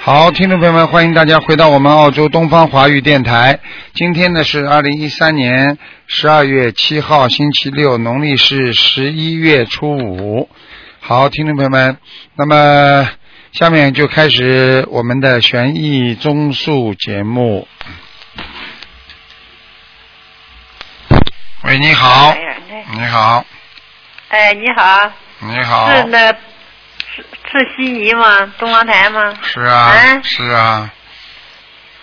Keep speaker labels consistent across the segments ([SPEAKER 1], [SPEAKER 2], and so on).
[SPEAKER 1] 好，听众朋友们，欢迎大家回到我们澳洲东方华语电台。今天呢是二零一三年十二月七号，星期六，农历是十一月初五。好，听众朋友们，那么下面就开始我们的悬疑综述节目。喂，你好
[SPEAKER 2] 哎，呀，那
[SPEAKER 1] 你好，
[SPEAKER 2] 哎，你好，
[SPEAKER 1] 你好，
[SPEAKER 2] 是那是是悉尼吗？东方台吗？
[SPEAKER 1] 是啊，
[SPEAKER 2] 哎
[SPEAKER 1] 是啊，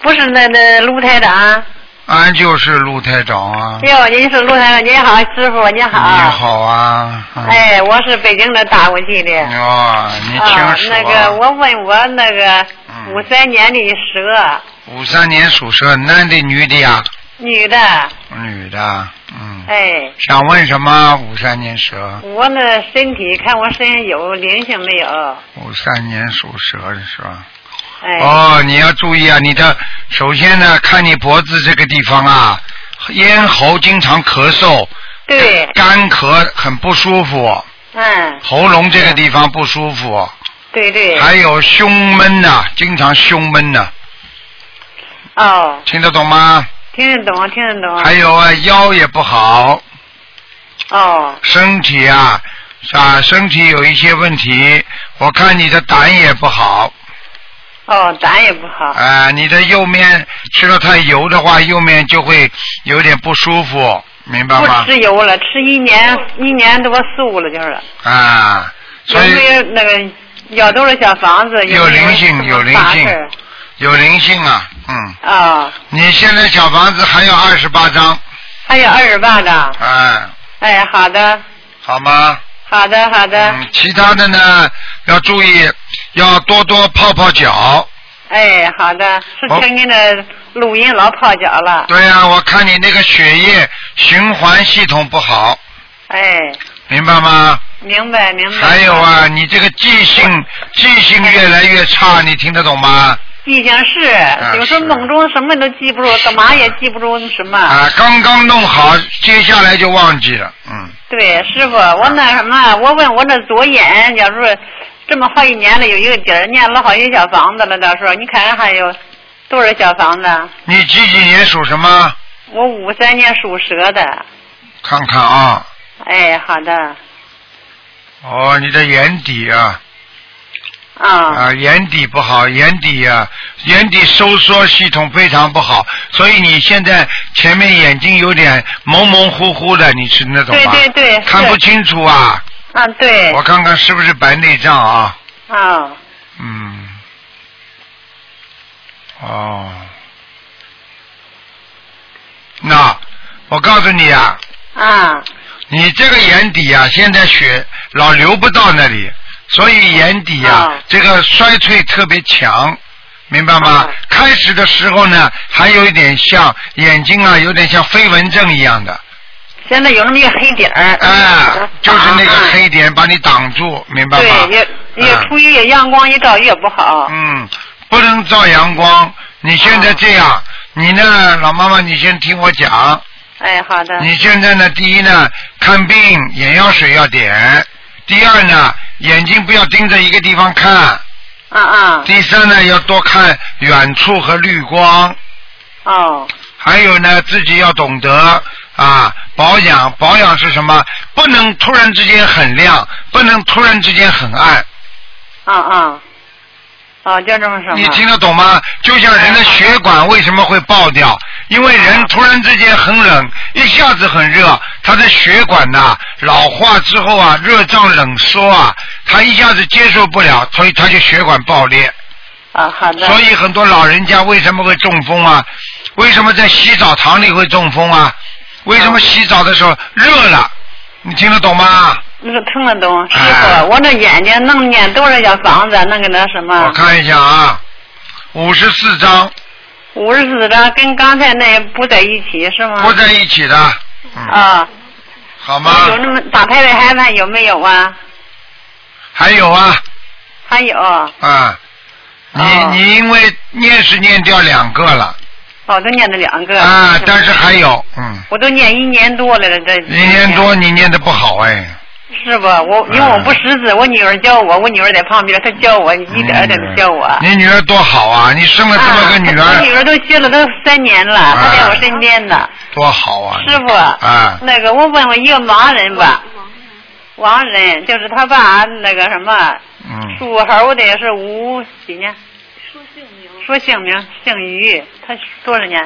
[SPEAKER 2] 不是那那陆台长。
[SPEAKER 1] 俺就是陆台长啊，
[SPEAKER 2] 哟、您是陆台长，您好，师傅，您
[SPEAKER 1] 你
[SPEAKER 2] 好。。
[SPEAKER 1] 好啊，嗯
[SPEAKER 2] 哎，我是北京的打过去的。
[SPEAKER 1] 哦，你
[SPEAKER 2] 啊
[SPEAKER 1] 听，属
[SPEAKER 2] 那个，我问我那个
[SPEAKER 1] 嗯
[SPEAKER 2] 五三年的蛇，
[SPEAKER 1] 五三年属蛇，男的女的呀？
[SPEAKER 2] 女的，
[SPEAKER 1] 女的，嗯。
[SPEAKER 2] 哎，
[SPEAKER 1] 想问什么？五三年蛇，
[SPEAKER 2] 我那身体看我身上有灵性没有？
[SPEAKER 1] 五三年属蛇的是吧？
[SPEAKER 2] 哎，
[SPEAKER 1] 哦，你要注意啊，你的首先呢，看你脖子这个地方啊，咽喉经常咳嗽，
[SPEAKER 2] 对，
[SPEAKER 1] 干咳很不舒服，
[SPEAKER 2] 嗯，
[SPEAKER 1] 喉咙这个地方不舒服，
[SPEAKER 2] 对对，
[SPEAKER 1] 还有胸闷呐、经常胸闷呐、
[SPEAKER 2] 哦，
[SPEAKER 1] 听得懂吗？
[SPEAKER 2] 听得懂，听得懂，
[SPEAKER 1] 还有啊，腰也不好，
[SPEAKER 2] 哦，
[SPEAKER 1] 身体啊啊，身体有一些问题，我看你的胆也不好，
[SPEAKER 2] 哦，胆也不好。
[SPEAKER 1] 啊、你的右面吃了太油的话，右面就会有点不舒服，明白吗
[SPEAKER 2] 不？吃油了，吃一年一年多素了，就是。
[SPEAKER 1] 啊，所
[SPEAKER 2] 有
[SPEAKER 1] 以
[SPEAKER 2] 没有那个要多少小房子？
[SPEAKER 1] 有
[SPEAKER 2] 没
[SPEAKER 1] 灵性
[SPEAKER 2] 什么
[SPEAKER 1] 有灵
[SPEAKER 2] 杂
[SPEAKER 1] 性
[SPEAKER 2] 事
[SPEAKER 1] 有灵性啊，嗯，
[SPEAKER 2] 啊，
[SPEAKER 1] 你现在小房子还有二十八张，
[SPEAKER 2] 还有二十八张。
[SPEAKER 1] 哎、
[SPEAKER 2] 哎，好的，
[SPEAKER 1] 好吗？
[SPEAKER 2] 好的，好的。
[SPEAKER 1] 嗯，其他的呢要注意，要多多泡泡脚。
[SPEAKER 2] 哎，好的，是
[SPEAKER 1] 好
[SPEAKER 2] 听您的录音老泡脚了。
[SPEAKER 1] 对呀、我看你那个血液循环系统不好，
[SPEAKER 2] 哎，
[SPEAKER 1] 明白吗？
[SPEAKER 2] 明白明白。
[SPEAKER 1] 还有，啊，你这个记性记性越来越差，你听得懂吗？
[SPEAKER 2] 记性是，有时候
[SPEAKER 1] 啊是
[SPEAKER 2] 梦中什么都记不住，干嘛也记不住什么。
[SPEAKER 1] 啊，刚刚弄好，接下来就忘记了。嗯，
[SPEAKER 2] 对，师傅，我那什么，我问我那左眼，假如这么好几年了，有一个底儿，念了好些小房子了，到时候你看看还有多少小房子？
[SPEAKER 1] 你几几年属什么？
[SPEAKER 2] 我五三年属蛇的，
[SPEAKER 1] 看看啊，
[SPEAKER 2] 哎，好的，
[SPEAKER 1] 哦，你的眼底啊，
[SPEAKER 2] 啊，
[SPEAKER 1] 啊，眼底不好，眼底啊，眼底收缩系统非常不好，所以你现在前面眼睛有点蒙蒙糊糊的，你听得懂
[SPEAKER 2] 对
[SPEAKER 1] 吗？
[SPEAKER 2] 对对，是
[SPEAKER 1] 看不，清楚啊，
[SPEAKER 2] 啊，对，
[SPEAKER 1] 我看看是不是白内障啊？
[SPEAKER 2] 啊，
[SPEAKER 1] 嗯，哦，那我告诉你啊，
[SPEAKER 2] 啊，
[SPEAKER 1] 你这个眼底啊，现在血老流不到那里，所以眼底啊，
[SPEAKER 2] 哦
[SPEAKER 1] 这个衰退特别强。明白吗？
[SPEAKER 2] 哦
[SPEAKER 1] 开始的时候呢，还有一点像眼睛啊，有点像飞蚊症一样的，
[SPEAKER 2] 现在有那么一个黑底儿，
[SPEAKER 1] 哎、就是那个
[SPEAKER 2] 啊
[SPEAKER 1] 黑点把你挡住，明白吗？
[SPEAKER 2] 对，越越
[SPEAKER 1] 嗯
[SPEAKER 2] 出越阳光一照越不好，
[SPEAKER 1] 嗯，不能照阳光。你现
[SPEAKER 2] 哦
[SPEAKER 1] 在这样，你呢，老妈妈，你先听我讲。
[SPEAKER 2] 哎，好的，
[SPEAKER 1] 你现在呢，第一呢，看病眼药水要点；第二呢，眼睛不要盯着一个地方看；
[SPEAKER 2] 啊啊，
[SPEAKER 1] 第三呢，要多看远处和绿光。
[SPEAKER 2] 哦，
[SPEAKER 1] 还有呢，自己要懂得啊保养。保养是什么？不能突然之间很亮，不能突然之间很暗。
[SPEAKER 2] 啊啊，哦，就这么说吧。
[SPEAKER 1] 你听得懂吗？就像人的血管为什么会爆掉？因为人突然之间很冷，一下子很热，他的血管呐、老化之后啊，热胀冷缩啊，他一下子接受不了，所以他就血管爆裂。
[SPEAKER 2] 啊，好的。
[SPEAKER 1] 所以很多老人家为什么会中风啊？为什么在洗澡堂里会中风啊？为什么洗澡的时候热了？你听得懂吗？
[SPEAKER 2] 那个听得懂，师
[SPEAKER 1] 哎
[SPEAKER 2] 傅，我那眼睛弄念多少小房子，弄个那什
[SPEAKER 1] 我
[SPEAKER 2] 么，
[SPEAKER 1] 看一下啊，五十四张
[SPEAKER 2] 五十四张，跟刚才那不在一起是吗？
[SPEAKER 1] 不在一起啊的，嗯，
[SPEAKER 2] 啊，
[SPEAKER 1] 好吗？
[SPEAKER 2] 有那么打胎的孩子还有没有啊？
[SPEAKER 1] 还有啊，
[SPEAKER 2] 还有，哦，
[SPEAKER 1] 啊，你、
[SPEAKER 2] 哦
[SPEAKER 1] 你因为念是念掉两个了啊
[SPEAKER 2] 都念了两个。
[SPEAKER 1] 啊，但是还有，嗯，
[SPEAKER 2] 我都念一年多了了，这
[SPEAKER 1] 一年多你念的不好哎，
[SPEAKER 2] 是不？我因
[SPEAKER 1] 啊
[SPEAKER 2] 为我不识字，我女儿教我，我女儿在旁边，她教我一点儿一点的教我。
[SPEAKER 1] 你女儿多好啊！你生了嗯这么个女
[SPEAKER 2] 啊我女
[SPEAKER 1] 儿，啊
[SPEAKER 2] 儿都学了都三年了，她在我身边呢。
[SPEAKER 1] 多好啊！
[SPEAKER 2] 师傅，
[SPEAKER 1] 啊
[SPEAKER 2] 那个我问问一个盲人吧，盲人就是他爸那个什么
[SPEAKER 1] 嗯，
[SPEAKER 2] 属猴的是吴几年？
[SPEAKER 3] 说姓名。
[SPEAKER 2] 说姓名姓于，他多少年？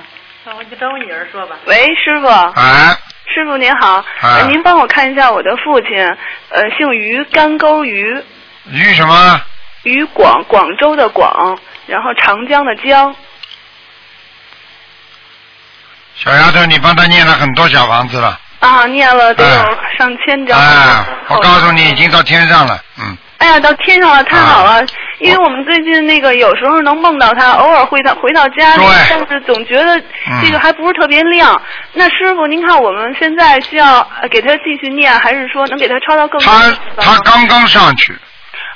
[SPEAKER 3] 我就跟我女儿说吧。
[SPEAKER 4] 喂，师傅，啊
[SPEAKER 1] 哎，
[SPEAKER 4] 师傅您好、呃您帮我看一下我的父亲，呃，姓于，干沟于，
[SPEAKER 1] 于什么？
[SPEAKER 4] 于广，广州的广，然后长江的江，
[SPEAKER 1] 小丫头，你帮她念了很多小房子了，
[SPEAKER 4] 啊，念了得有
[SPEAKER 1] 哎
[SPEAKER 4] 上千张。
[SPEAKER 1] 哎，我
[SPEAKER 4] 哦
[SPEAKER 1] 告诉你，已经到天上了，嗯，
[SPEAKER 4] 哎呀，到天上了，太好了！因为我们最近那个有时候能梦到他，偶尔回到回到家里
[SPEAKER 1] 对，
[SPEAKER 4] 但是总觉得这个还不是特别亮。那师傅，您看我们现在需要呃给他继续念，还是说能给他抄到更多的
[SPEAKER 1] 她
[SPEAKER 4] 地方
[SPEAKER 1] 她刚刚上去，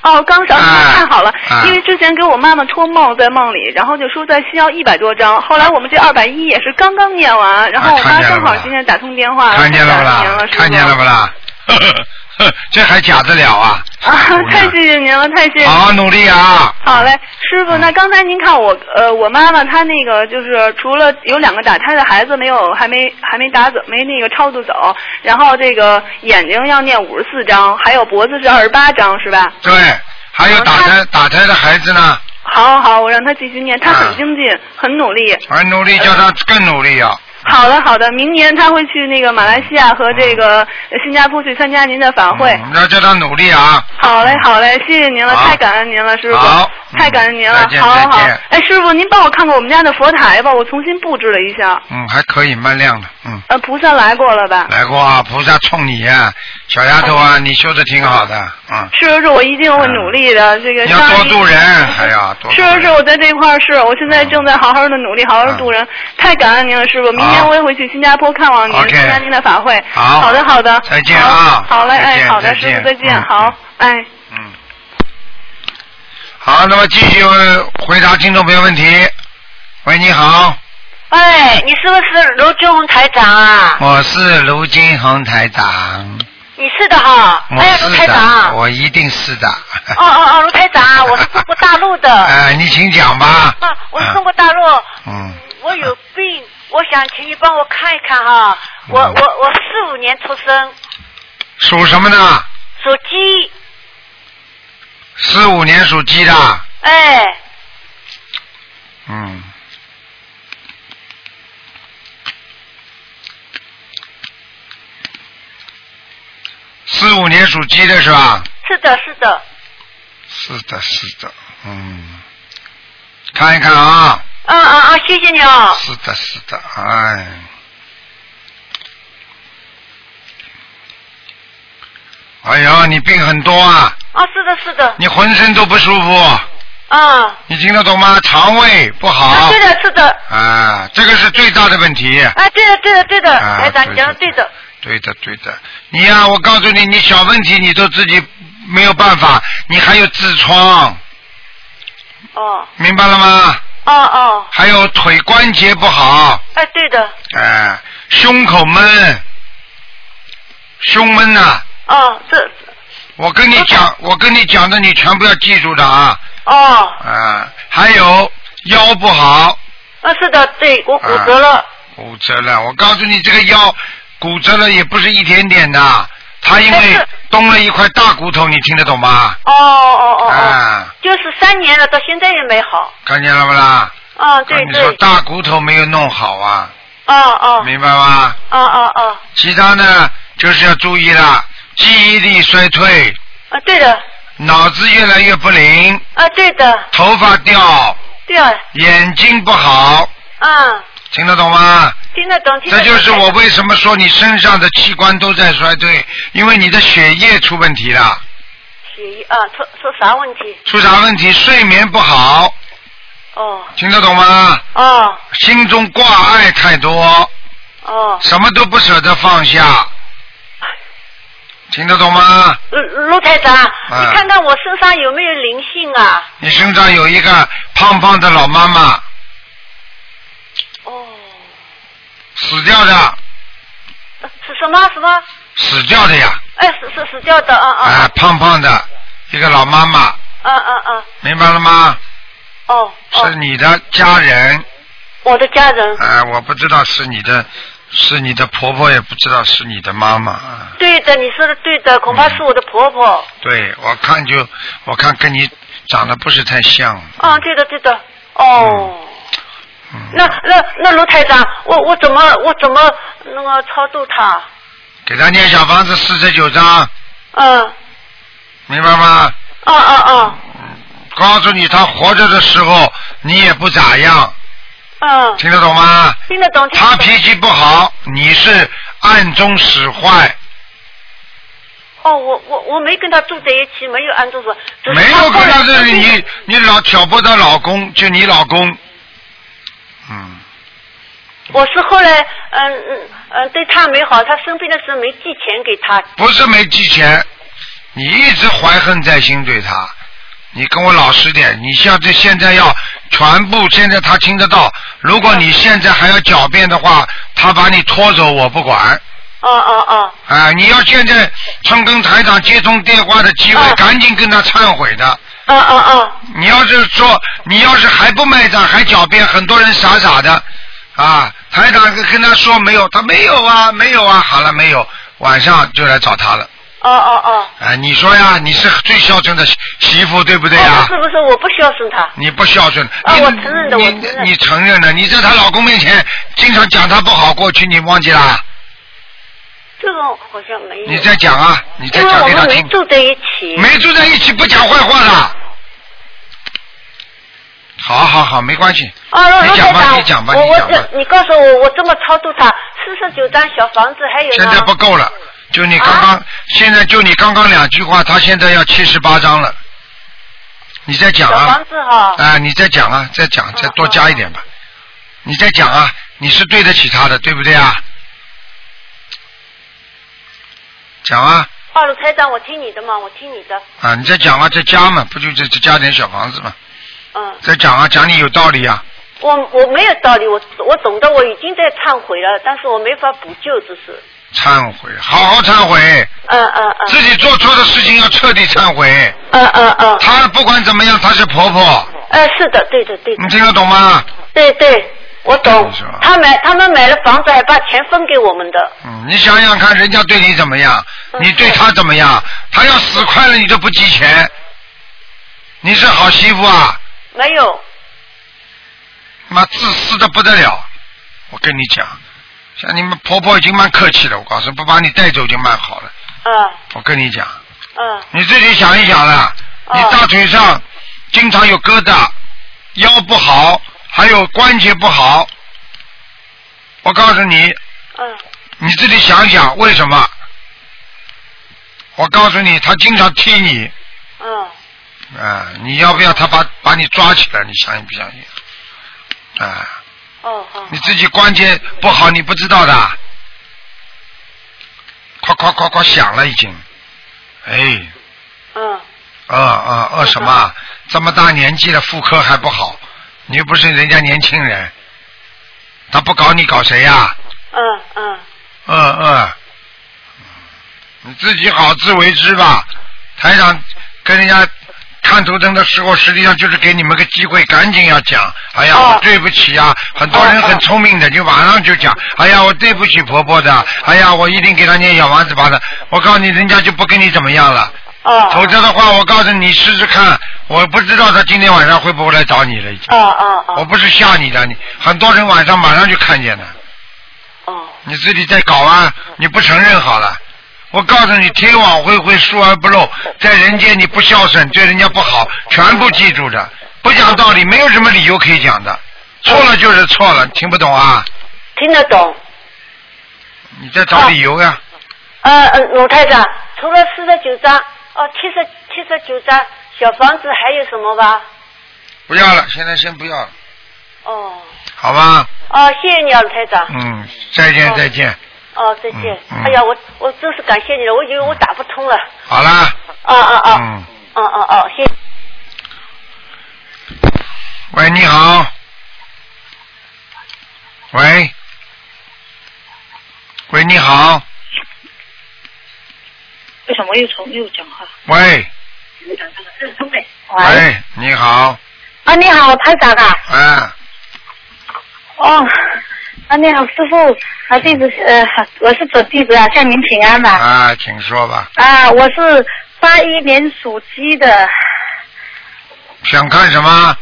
[SPEAKER 4] 哦，刚想起来
[SPEAKER 1] 哎
[SPEAKER 4] 太好了，
[SPEAKER 1] 哎
[SPEAKER 4] 因为之前给我妈妈托梦在梦里，然后就说在需要一百多张，后来我们这二百一也是刚刚念完，然后我
[SPEAKER 1] 啊看
[SPEAKER 4] 妈
[SPEAKER 1] 见了
[SPEAKER 4] 正
[SPEAKER 1] 吧
[SPEAKER 4] 好今天打通电话，
[SPEAKER 1] 看见了不
[SPEAKER 4] 您
[SPEAKER 1] 啦
[SPEAKER 4] 了，？
[SPEAKER 1] 看见了不
[SPEAKER 4] 吧？
[SPEAKER 1] 啦？ 呵呵呵这还假得了啊？
[SPEAKER 4] 啊，太谢谢您了，太谢谢您
[SPEAKER 1] 好
[SPEAKER 4] 了。
[SPEAKER 1] 好努力啊！嗯
[SPEAKER 4] 好嘞，师傅，那刚才您看我，呃，我妈妈她那个就是除了有两个打胎的孩子没有，还没还没打走，没那个超度走，然后这个眼睛要念五十四章，还有脖子是二十八章，是吧？
[SPEAKER 1] 对，还
[SPEAKER 4] 哦
[SPEAKER 1] 有打胎打胎的孩子呢，
[SPEAKER 4] 好好好，我让她继续念，她
[SPEAKER 1] 啊
[SPEAKER 4] 很精进，很努力。
[SPEAKER 1] 还努力叫他更努力啊！
[SPEAKER 4] 好的，好的，明年他会去那个马来西亚和这个呃新加坡去参加您的法会。
[SPEAKER 1] 嗯要叫他努力啊！
[SPEAKER 4] 好嘞，好嘞，谢谢您了，
[SPEAKER 1] 好
[SPEAKER 4] 太感恩您了，师傅
[SPEAKER 1] 好，
[SPEAKER 4] 太感恩您
[SPEAKER 1] 再
[SPEAKER 4] 了
[SPEAKER 1] 见，
[SPEAKER 4] 好好好
[SPEAKER 1] 再见。
[SPEAKER 4] 哎，师傅，您帮我看看我们家的佛台吧，我重新布置了一下。
[SPEAKER 1] 嗯，还可以，蛮亮的，嗯。
[SPEAKER 4] 呃，菩萨来过了吧？
[SPEAKER 1] 来过啊，菩萨冲你啊，小丫头
[SPEAKER 3] 嗯
[SPEAKER 1] 啊，你修的挺好的，嗯，
[SPEAKER 4] 是是，我一定会努力的。这个
[SPEAKER 1] 你要
[SPEAKER 4] 上
[SPEAKER 1] 多
[SPEAKER 4] 一
[SPEAKER 1] 度人，还要多度
[SPEAKER 4] 是
[SPEAKER 1] 人
[SPEAKER 4] 是，我在这一块儿是，我现在正在好好的努力，好好度人，太感恩您了，师傅。明
[SPEAKER 1] 嗯
[SPEAKER 4] 年
[SPEAKER 1] 好
[SPEAKER 4] 我也会去新加坡看望您，
[SPEAKER 1] OK
[SPEAKER 4] 参加您的法会。
[SPEAKER 1] 好
[SPEAKER 4] 好的，好的，
[SPEAKER 1] 再见啊
[SPEAKER 4] 好好嘞，
[SPEAKER 1] 再见
[SPEAKER 4] 哎，好
[SPEAKER 1] 再
[SPEAKER 4] 的，师
[SPEAKER 1] 见
[SPEAKER 4] 傅再见
[SPEAKER 1] 嗯，
[SPEAKER 4] 好，哎。
[SPEAKER 1] 嗯。好，那么继续回答听众朋友问题。喂，你好，
[SPEAKER 3] 哎，你是不是卢俊宏台长啊？
[SPEAKER 1] 我是卢金红台长，
[SPEAKER 3] 你是的哈。
[SPEAKER 1] 我
[SPEAKER 3] 哎呀，卢
[SPEAKER 1] 是
[SPEAKER 3] 台
[SPEAKER 1] 的，
[SPEAKER 3] 长。哦
[SPEAKER 1] 我一定是的。
[SPEAKER 3] 哦哦，卢台 长，我是中国大陆的。
[SPEAKER 1] 哎，你请讲吧。
[SPEAKER 3] 啊，我是中国大陆，
[SPEAKER 1] 嗯，
[SPEAKER 3] 我有病，我想请你帮我看一看哈。我
[SPEAKER 1] 嗯
[SPEAKER 3] 我我四五年出生，
[SPEAKER 1] 属什么呢？
[SPEAKER 3] 属鸡，
[SPEAKER 1] 四五年属鸡的。
[SPEAKER 3] 哎，
[SPEAKER 1] 嗯，四五年属鸡的是吧？
[SPEAKER 3] 是的，是的，
[SPEAKER 1] 是的，是的，嗯，看一看啊，
[SPEAKER 3] 啊啊啊，谢谢你哦，
[SPEAKER 1] 是的，是的，哎，哎呦，你病很多啊，
[SPEAKER 3] 啊，是的，是的，
[SPEAKER 1] 你浑身都不舒服，
[SPEAKER 3] 啊，
[SPEAKER 1] 你听得懂吗？肠胃不
[SPEAKER 3] 啊，
[SPEAKER 1] 好
[SPEAKER 3] 对，的，是的，
[SPEAKER 1] 啊，这个是最大的问题。
[SPEAKER 3] 啊，对的，对的，对的，
[SPEAKER 1] 啊
[SPEAKER 3] 台长，
[SPEAKER 1] 对
[SPEAKER 3] 你讲的
[SPEAKER 1] 的
[SPEAKER 3] 对的，
[SPEAKER 1] 对的，对的。你呀、我告诉你，你小问题你都自己没有办法，你还有痔疮，
[SPEAKER 3] 哦，
[SPEAKER 1] 明白了吗？
[SPEAKER 3] 哦哦，
[SPEAKER 1] 还有腿关节不好，
[SPEAKER 3] 哎，对的，
[SPEAKER 1] 哎、胸口闷，胸闷呐、
[SPEAKER 3] 哦，这，
[SPEAKER 1] 我跟你讲，我跟你讲的，你全部要记住的啊
[SPEAKER 3] 哦，
[SPEAKER 1] 啊、还有腰不好，哎
[SPEAKER 3] 啊，是的，对我骨
[SPEAKER 1] 啊
[SPEAKER 3] 折了，
[SPEAKER 1] 骨折了。我告诉你，这个腰骨折了也不是一点点的，他因
[SPEAKER 3] 但
[SPEAKER 1] 为
[SPEAKER 3] 是
[SPEAKER 1] 动了一块大骨头，你听得懂吗？
[SPEAKER 3] 哦哦哦哦，
[SPEAKER 1] 啊。
[SPEAKER 3] 就是三年了，到现在也没好，
[SPEAKER 1] 看见了不啦？
[SPEAKER 3] 啊，对
[SPEAKER 1] 跟你说
[SPEAKER 3] 对，
[SPEAKER 1] 大骨头没有弄好啊，
[SPEAKER 3] 哦哦，
[SPEAKER 1] 明白吗？
[SPEAKER 3] 哦哦哦，
[SPEAKER 1] 其他呢，就是要注意了，记忆力衰退，
[SPEAKER 3] 啊，对的，
[SPEAKER 1] 脑子越来越不灵，
[SPEAKER 3] 啊，对的，
[SPEAKER 1] 头发掉，
[SPEAKER 3] 对啊，
[SPEAKER 1] 眼睛不好，
[SPEAKER 3] 嗯，
[SPEAKER 1] 听得懂吗？
[SPEAKER 3] 听得懂，听得
[SPEAKER 1] 这
[SPEAKER 3] 懂，
[SPEAKER 1] 就是
[SPEAKER 3] 台
[SPEAKER 1] 我
[SPEAKER 3] 长
[SPEAKER 1] 为什么说你身上的器官都在衰退，因为你的血液出问题了。
[SPEAKER 3] 血液啊，出出啥问题？
[SPEAKER 1] 出啥问题？睡眠不好，
[SPEAKER 3] 哦
[SPEAKER 1] 听得懂吗？
[SPEAKER 3] 哦
[SPEAKER 1] 心中挂碍太多，
[SPEAKER 3] 哦，
[SPEAKER 1] 什么都不舍得放下，听得懂吗？
[SPEAKER 3] 卢卢台长，
[SPEAKER 1] 嗯
[SPEAKER 3] 你看看我身上有没有灵性啊？
[SPEAKER 1] 你身上有一个胖胖的老妈妈
[SPEAKER 3] 哦，
[SPEAKER 1] 死掉的，
[SPEAKER 3] 是什么什么？
[SPEAKER 1] 死掉的呀，
[SPEAKER 3] 哎，死死死掉的，嗯嗯
[SPEAKER 1] 啊，胖胖的一个老妈妈，
[SPEAKER 3] 嗯嗯嗯，
[SPEAKER 1] 明白了吗？
[SPEAKER 3] 哦
[SPEAKER 1] 是
[SPEAKER 3] 哦，
[SPEAKER 1] 你的家人，
[SPEAKER 3] 我的家人，
[SPEAKER 1] 啊，我不知道是你的，是你的婆婆，也不知道是你的妈妈。啊
[SPEAKER 3] 对的，你说的对的，恐怕是我的婆婆。
[SPEAKER 1] 对，我看就我看跟你长得不是太像。
[SPEAKER 3] 啊，对的对的，哦。
[SPEAKER 1] 嗯，
[SPEAKER 3] 那那那卢台长，我我怎么我怎么那个超度他？
[SPEAKER 1] 给他念小房子四十九章，
[SPEAKER 3] 嗯，
[SPEAKER 1] 明白吗？嗯
[SPEAKER 3] 啊啊啊，
[SPEAKER 1] 告诉你，他活着的时候你也不咋样，
[SPEAKER 3] 嗯，
[SPEAKER 1] 听得懂吗？
[SPEAKER 3] 听得懂听
[SPEAKER 1] 他
[SPEAKER 3] 得懂。
[SPEAKER 1] 脾气不好，你是暗中使坏，
[SPEAKER 3] 哦，我我我没跟他住在一起，没有按住说，只是
[SPEAKER 1] 没有跟他
[SPEAKER 3] 后来
[SPEAKER 1] 这你你老挑拨他老公，就你老公，嗯，
[SPEAKER 3] 我是后来，嗯嗯嗯，对他没好，他生病的时候没寄钱给他。
[SPEAKER 1] 不是没寄钱，你一直怀恨在心对他，你跟我老实点，你像这现在要全部，现在他听得到，如果你现在还要狡辩的话，他把你拖走，我不管。
[SPEAKER 3] 哦哦哦，
[SPEAKER 1] 啊！你要现在趁跟台长接通电话的机会，
[SPEAKER 3] 啊
[SPEAKER 1] 赶紧跟他忏悔的。
[SPEAKER 3] 哦哦哦，
[SPEAKER 1] 你要是说，你要是还不卖账，还狡辩，很多人傻傻的，啊，台长跟跟他说没有，他没有啊，没有啊，好了没有，晚上就来找他了。
[SPEAKER 3] 哦哦哦。
[SPEAKER 1] 啊，你说呀，你是最孝顺的媳媳妇，对不对呀、
[SPEAKER 3] 哦不是不是，我不孝顺他。
[SPEAKER 1] 你不孝顺，
[SPEAKER 3] 啊
[SPEAKER 1] 你
[SPEAKER 3] 我承认的
[SPEAKER 1] 你
[SPEAKER 3] 我承认
[SPEAKER 1] 你承认的，你在她老公面前经常讲她不好，过去你忘记啦？
[SPEAKER 3] 这个好像没有。
[SPEAKER 1] 你再讲啊，你再
[SPEAKER 3] 因为
[SPEAKER 1] 讲
[SPEAKER 3] 我
[SPEAKER 1] 给他
[SPEAKER 3] 们没
[SPEAKER 1] 听。
[SPEAKER 3] 住在一起。
[SPEAKER 1] 没住在一起不讲坏话了。好好好，没关系。
[SPEAKER 3] 啊，罗
[SPEAKER 1] 你
[SPEAKER 3] 罗
[SPEAKER 1] 讲
[SPEAKER 3] 台
[SPEAKER 1] 吧
[SPEAKER 3] 长，
[SPEAKER 1] 你讲吧
[SPEAKER 3] 我
[SPEAKER 1] 你
[SPEAKER 3] 我
[SPEAKER 1] 讲吧
[SPEAKER 3] 这你告诉我，我这么超度他四十九张小房子，还有呢？
[SPEAKER 1] 现在不够了，就你刚刚，现在就你刚刚两句话，他现在要七十八章了。你再讲
[SPEAKER 3] 小
[SPEAKER 1] 啊
[SPEAKER 3] 房，子哈。
[SPEAKER 1] 啊，你再讲啊，再讲，再多加一点吧。你再讲啊，你是对得起他的，对不对啊？讲啊，
[SPEAKER 3] 啊，罗台长，我听你的嘛，我听你的，
[SPEAKER 1] 啊，你再讲啊，再加嘛，不就再再加点小房子嘛？
[SPEAKER 3] 嗯，
[SPEAKER 1] 再讲啊，讲你有道理啊。
[SPEAKER 3] 我我没有道理，我我懂得，我已经在忏悔了，但是我没法补救，只是，
[SPEAKER 1] 忏悔，好好忏悔，
[SPEAKER 3] 嗯嗯嗯，
[SPEAKER 1] 自己做错的事情要彻底忏悔。
[SPEAKER 3] 嗯嗯嗯，
[SPEAKER 1] 她不管怎么样，她是婆婆，
[SPEAKER 3] 哎，是的，对的对的
[SPEAKER 1] 你，听得懂吗？
[SPEAKER 3] 对对，我懂
[SPEAKER 1] 嗯是啊吧，
[SPEAKER 3] 他买他们买了房子，还把钱分给我们的，
[SPEAKER 1] 嗯，你想想看，人家对你怎么样，
[SPEAKER 3] 嗯
[SPEAKER 1] 你对她怎么样？她要死快了，你都不寄钱，你是好媳妇啊！
[SPEAKER 3] 没有，
[SPEAKER 1] 妈自私的不得了，我跟你讲，像你们婆婆已经蛮客气了，我告诉你，不把你带走就蛮好了。
[SPEAKER 3] 嗯
[SPEAKER 1] 我跟你讲，
[SPEAKER 3] 嗯，
[SPEAKER 1] 你自己想一想了，你
[SPEAKER 3] 哦
[SPEAKER 1] 大腿上经常有疙瘩，腰不好，还有关节不好。我告诉你，
[SPEAKER 3] 嗯
[SPEAKER 1] 你自己想想为什么？我告诉你，他经常踢你，
[SPEAKER 3] 嗯，
[SPEAKER 1] 啊、你要不要他把把你抓起来？你相信不相信？啊、
[SPEAKER 3] 哦哦
[SPEAKER 1] 你自己关节不好，你不知道的，夸夸夸夸响了已经，哎，
[SPEAKER 3] 嗯，
[SPEAKER 1] 啊啊啊！什么啊？这么大年纪了，妇科还不好，你又不是人家年轻人，他不搞你搞谁呀、
[SPEAKER 3] 嗯嗯
[SPEAKER 1] 嗯嗯，你自己好自为之吧。台长跟人家看图腾的时候，实际上就是给你们个机会，赶紧要讲。哎呀，
[SPEAKER 3] 哦
[SPEAKER 1] 我对不起啊！很多人很聪明的，就马上就讲。
[SPEAKER 3] 哦
[SPEAKER 1] 哎呀，我对不起婆婆的。哎呀，我一定给她念小王子吧的。我告诉你，人家就不跟你怎么样了。
[SPEAKER 3] 哦，
[SPEAKER 1] 否则的话，我告诉你试试看，我不知道他今天晚上会不会来找你了已经。
[SPEAKER 3] 哦哦
[SPEAKER 1] 我
[SPEAKER 3] 哦
[SPEAKER 1] 不是吓你的，你很多人晚上马上就看见了，
[SPEAKER 3] 哦，
[SPEAKER 1] 你自己在搞啊，你不承认好了。我告诉你，天网恢恢，疏而不漏，在人间你不孝顺，对人家不好，全部记住的，不讲道理，没有什么理由可以讲的，错了就是错了，听不懂啊？
[SPEAKER 3] 听得懂。
[SPEAKER 1] 你在找理由呀、
[SPEAKER 3] 呃，呃鲁太长，除了四十九张，哦，七十七十九张小房子还有什么吧？
[SPEAKER 1] 不要了，现在先不要了，
[SPEAKER 3] 哦，
[SPEAKER 1] 好吧？
[SPEAKER 3] 哦，谢谢你啊，鲁太长。
[SPEAKER 1] 嗯，再见再见，
[SPEAKER 3] 哦，再见。
[SPEAKER 1] 嗯嗯
[SPEAKER 3] 哎呀，我我真是感谢你了，我以为我打不通了。
[SPEAKER 1] 好啦，
[SPEAKER 3] 啊啊啊！
[SPEAKER 1] 嗯。
[SPEAKER 3] 哦哦哦，谢谢。
[SPEAKER 1] 喂，你好。喂，喂，你好。
[SPEAKER 5] 为什么又重又讲话？
[SPEAKER 1] 喂，
[SPEAKER 5] 喂，
[SPEAKER 1] 喂，你好，
[SPEAKER 5] 啊，你好，台长啊。
[SPEAKER 1] 哎，
[SPEAKER 5] 哦，啊，你好，师傅，啊，弟子，呃，我是准弟子啊，向您请安吧。
[SPEAKER 1] 啊，请说吧，
[SPEAKER 5] 啊，我是八一年属鸡的，
[SPEAKER 1] 想看什么？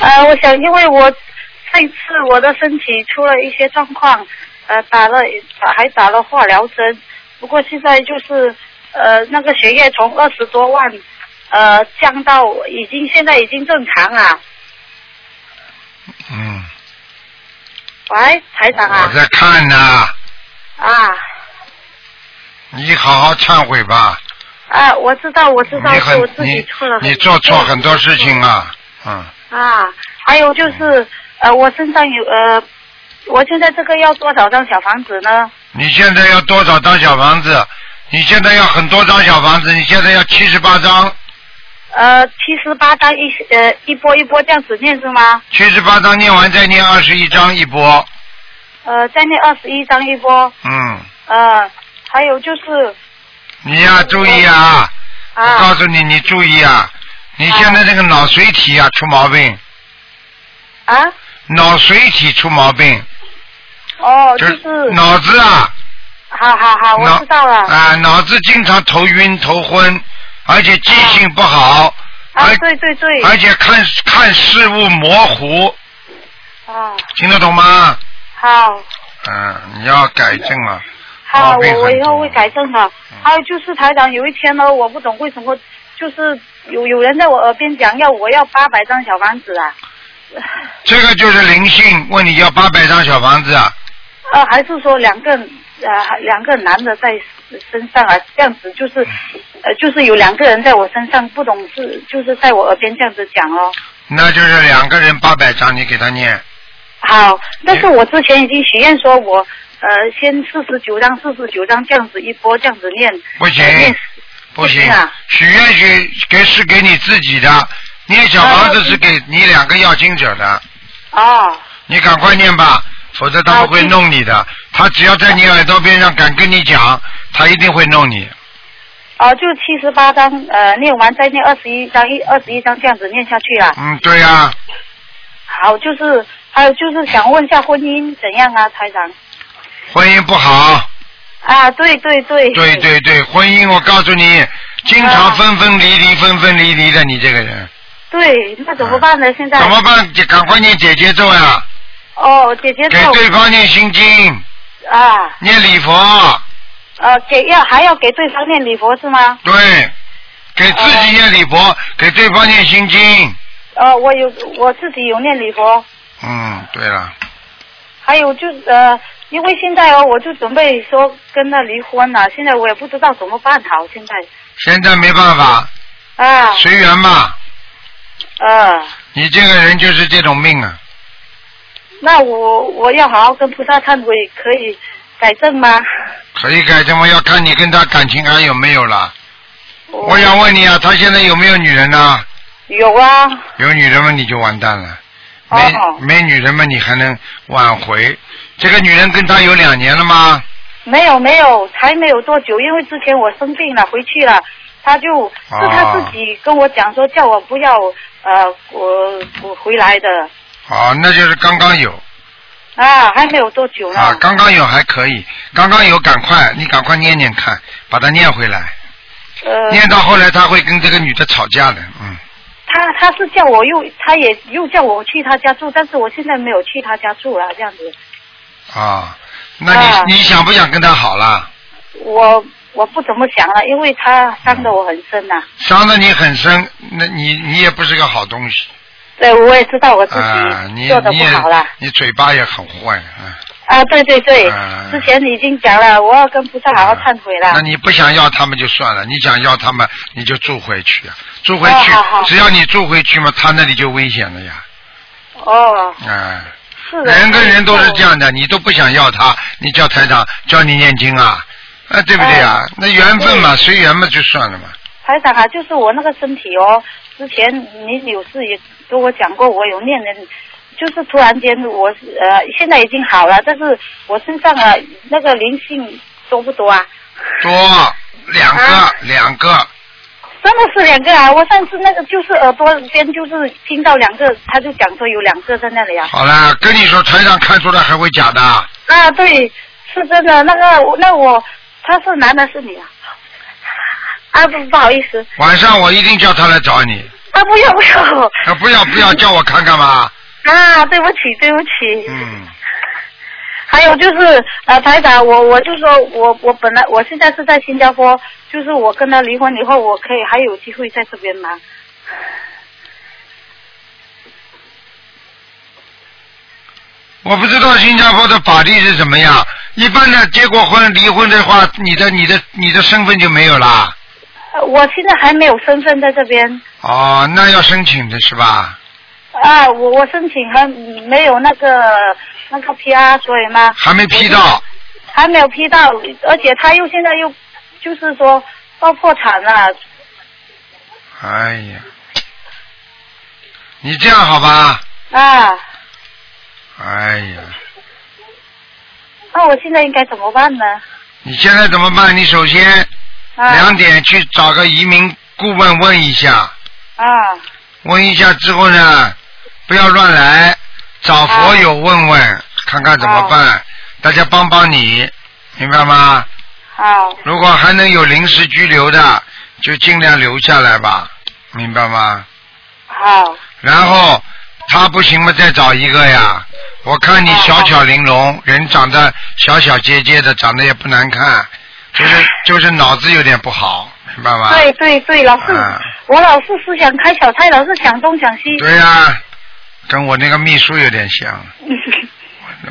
[SPEAKER 5] 呃，我想因为我这次我的身体出了一些状况，呃，打了打还打了化疗针，不过现在就是呃那个血液从二十多万呃降到已经现在已经正常啊了。
[SPEAKER 1] 嗯，
[SPEAKER 5] 喂，台长
[SPEAKER 1] 我
[SPEAKER 5] 啊
[SPEAKER 1] 在看呢、
[SPEAKER 5] 啊
[SPEAKER 1] 你好好忏悔吧，
[SPEAKER 5] 啊！我知道，我知道
[SPEAKER 1] 你
[SPEAKER 5] 是我
[SPEAKER 1] 很
[SPEAKER 5] 自己
[SPEAKER 1] 你
[SPEAKER 5] 错了很多，
[SPEAKER 1] 你做错很多事情啊，嗯，
[SPEAKER 5] 啊，还有就是，呃，我身上有呃，我现在这个要多少张小房子呢？
[SPEAKER 1] 你现在要多少张小房子？你现在要很多张小房子，你现在要七十八张，
[SPEAKER 5] 呃，七十八张一呃一波一波这样子念是吗？
[SPEAKER 1] 七十八张念完再念二十一张一波，
[SPEAKER 5] 呃，再念二十一张一波，
[SPEAKER 1] 嗯，
[SPEAKER 5] 呃，还有就是
[SPEAKER 1] 你呀、注意啊，我告
[SPEAKER 5] 啊
[SPEAKER 1] 诉你，你注意啊，你现在这个脑髓体啊出毛病，
[SPEAKER 5] 啊
[SPEAKER 1] 脑髓体出毛病，
[SPEAKER 5] 哦，
[SPEAKER 1] 就
[SPEAKER 5] 就是是
[SPEAKER 1] 脑子啊，
[SPEAKER 5] 好好好，我
[SPEAKER 1] 脑
[SPEAKER 5] 知道了
[SPEAKER 1] 啊，脑子经常头晕头昏，而且记性不好，
[SPEAKER 5] 啊
[SPEAKER 1] 而，
[SPEAKER 5] 对对对
[SPEAKER 1] 而且看看事物模糊，
[SPEAKER 5] 啊，
[SPEAKER 1] 听得懂吗？
[SPEAKER 5] 好
[SPEAKER 1] 嗯，你要改正啊。
[SPEAKER 5] 好，
[SPEAKER 1] 毛病很嗯
[SPEAKER 5] 我
[SPEAKER 1] 多
[SPEAKER 5] 我以后会改正的。还有就是台长，有一天呢，我不懂为什么，就是有有人在我耳边讲要我要八百张小房子啊。
[SPEAKER 1] 这个就是灵性，问你要八百张小房子啊？
[SPEAKER 5] 呃，还是说两个呃两个男的在身上啊，这样子就是
[SPEAKER 1] 嗯
[SPEAKER 5] 呃就是有两个人在我身上，不懂是就是在我耳边这样子讲哦。
[SPEAKER 1] 那就是两个人八百张，你给他念。嗯
[SPEAKER 5] 好，但是我之前已经许愿说我呃先四十九张四十九张这样子一波这样子念，
[SPEAKER 1] 不行
[SPEAKER 5] 呃念
[SPEAKER 1] 不行
[SPEAKER 5] 不行啊，
[SPEAKER 1] 许愿许给是给你自己的，念小
[SPEAKER 5] 啊
[SPEAKER 1] 房子是给你两个要经者的，
[SPEAKER 5] 哦
[SPEAKER 1] 你赶快念吧，否则他们会弄你的。他只要在你耳朵边上敢跟你讲，他一定会弄你。
[SPEAKER 5] 哦，就七十八张呃念完再念二十一张一二十一张这样子念下去啊。
[SPEAKER 1] 嗯，对呀、
[SPEAKER 5] 好，就是还有就是想问一下婚姻怎样啊，台长？
[SPEAKER 1] 婚姻不好，
[SPEAKER 5] 啊，对对对。
[SPEAKER 1] 对对对，婚姻我告诉你，经常
[SPEAKER 5] 啊
[SPEAKER 1] 分分离离，分分离离的，你这个人
[SPEAKER 5] 对，那怎么办呢？现在
[SPEAKER 1] 怎么办？赶快念姐姐咒呀、
[SPEAKER 5] 哦，姐姐咒
[SPEAKER 1] 给对方念心经，
[SPEAKER 5] 啊，
[SPEAKER 1] 念礼佛，
[SPEAKER 5] 呃，给要还要给对方念礼佛是吗？
[SPEAKER 1] 对，给自己念礼佛，给对方念心经。
[SPEAKER 5] 呃，我有我自己有念礼佛，
[SPEAKER 1] 嗯，对了，
[SPEAKER 5] 还有就呃，因为现在哦，我就准备说跟他离婚了，现在我也不知道怎么办好，现在
[SPEAKER 1] 现在没办法，
[SPEAKER 5] 啊，
[SPEAKER 1] 随缘吧。
[SPEAKER 5] 呃，
[SPEAKER 1] 你这个人就是这种命啊，
[SPEAKER 5] 那我我要好好跟菩萨忏悔，可以改正吗？
[SPEAKER 1] 可以改正吗？要看你跟他感情还有没有了。
[SPEAKER 5] 我
[SPEAKER 1] 我想问你啊，他现在有没有女人呢、
[SPEAKER 5] 有啊，
[SPEAKER 1] 有女人嘛，你就完蛋了。
[SPEAKER 5] 哦
[SPEAKER 1] 没没女人嘛，你还能挽回？这个女人跟他有两年了吗？
[SPEAKER 5] 没有没有，才没有多久，因为之前我生病了，回去了，他就、
[SPEAKER 1] 啊
[SPEAKER 5] 是他自己跟我讲说叫我不要呃我我回来的
[SPEAKER 1] 哦，那就是刚刚有。
[SPEAKER 5] 啊，还没有多久呢。
[SPEAKER 1] 啊，刚刚有还可以，刚刚有赶快，你赶快念念看，把它念回来，
[SPEAKER 5] 呃，
[SPEAKER 1] 念到后来他会跟这个女的吵架的，嗯，
[SPEAKER 5] 他他是叫我又他也又叫我去他家住，但是我现在没有去他家住了，这样子，
[SPEAKER 1] 啊，那你、
[SPEAKER 5] 啊
[SPEAKER 1] 你想不想跟他好啦？
[SPEAKER 5] 我我不怎么想了，因为他伤得我很深呐、
[SPEAKER 1] 伤的你很深，那你你也不是个好东西
[SPEAKER 5] 对，我也知道我自
[SPEAKER 1] 啊，
[SPEAKER 5] 己
[SPEAKER 1] 你
[SPEAKER 5] 做的
[SPEAKER 1] 你
[SPEAKER 5] 不
[SPEAKER 1] 也
[SPEAKER 5] 好了。
[SPEAKER 1] 你嘴巴也很坏啊，
[SPEAKER 5] 啊，对对 对，
[SPEAKER 1] 啊
[SPEAKER 5] 之前已经讲了，我要跟菩萨好好忏悔了。
[SPEAKER 1] 那你不想要他们就算了，你想要他们你就住回去啊，住回去，
[SPEAKER 5] 哦好好
[SPEAKER 1] 只要你住回去嘛，他那里就危险了呀，
[SPEAKER 5] 哦，
[SPEAKER 1] 啊。
[SPEAKER 5] 是的。
[SPEAKER 1] 人跟人都是这样的，你都不想要他，你叫台长教你念经啊，啊对不对啊？
[SPEAKER 5] 哦
[SPEAKER 1] 那缘分嘛，随缘嘛，就算了嘛。
[SPEAKER 5] 台长啊，就是我那个身体哦，之前你有事也跟我讲过，我有念人，就是突然间我呃现在已经好了，但是我身上啊那个灵性多不多啊？
[SPEAKER 1] 多两个、
[SPEAKER 5] 啊
[SPEAKER 1] 两个，
[SPEAKER 5] 真的是两个啊！我上次那个就是耳朵边就是听到两个，他就讲说有两个在那里啊。
[SPEAKER 1] 好啦，跟你说台上看出来还会假的，
[SPEAKER 5] 啊，对，是真的。那个那我他是男的，是女啊？啊不不好意思，
[SPEAKER 1] 晚上我一定叫他来找你，
[SPEAKER 5] 啊不要不要
[SPEAKER 1] 啊不要不要叫我看看嘛，
[SPEAKER 5] 啊，对不起对不起。
[SPEAKER 1] 嗯，
[SPEAKER 5] 还有就是呃，台长，我我就说我我本来我现在是在新加坡，就是我跟他离婚以后，我可以还有机会在这边吗？
[SPEAKER 1] 我不知道新加坡的法律是怎么样，一般的结过婚离婚的话，你的你的你的身份就没有啦，
[SPEAKER 5] 呃我现在还没有身份在这边。
[SPEAKER 1] 哦，那要申请的是吧？
[SPEAKER 5] 啊，我我申请还没有那个那个 PR，所以呢
[SPEAKER 1] 还没批到，
[SPEAKER 5] 还没有批到，而且他又现在又就是说要破产了，
[SPEAKER 1] 哎呀，你这样好吧？
[SPEAKER 5] 啊，
[SPEAKER 1] 哎呀，
[SPEAKER 5] 那我现在应该怎么办呢？
[SPEAKER 1] 你现在怎么办？你首先
[SPEAKER 5] 啊
[SPEAKER 1] 两点去找个移民顾问问一下，
[SPEAKER 5] 啊
[SPEAKER 1] 问一下之后呢，不要乱来，找
[SPEAKER 5] 啊
[SPEAKER 1] 佛友问问，看看怎么办，大家帮帮你，明白吗？
[SPEAKER 5] 好
[SPEAKER 1] 如果还能有临时居留的，就尽量留下来吧，明白吗？
[SPEAKER 5] 好
[SPEAKER 1] 然后他不行嘛，再找一个呀。我看
[SPEAKER 5] 啊
[SPEAKER 1] 你小巧玲珑，人长得小小结结的，长得也不难看，就是就是脑子有点不好，明白吗？
[SPEAKER 5] 对对对，老是、
[SPEAKER 1] 啊
[SPEAKER 5] 我老是思想开小差，老是想东想西，
[SPEAKER 1] 对呀、 跟我那个秘书有点像。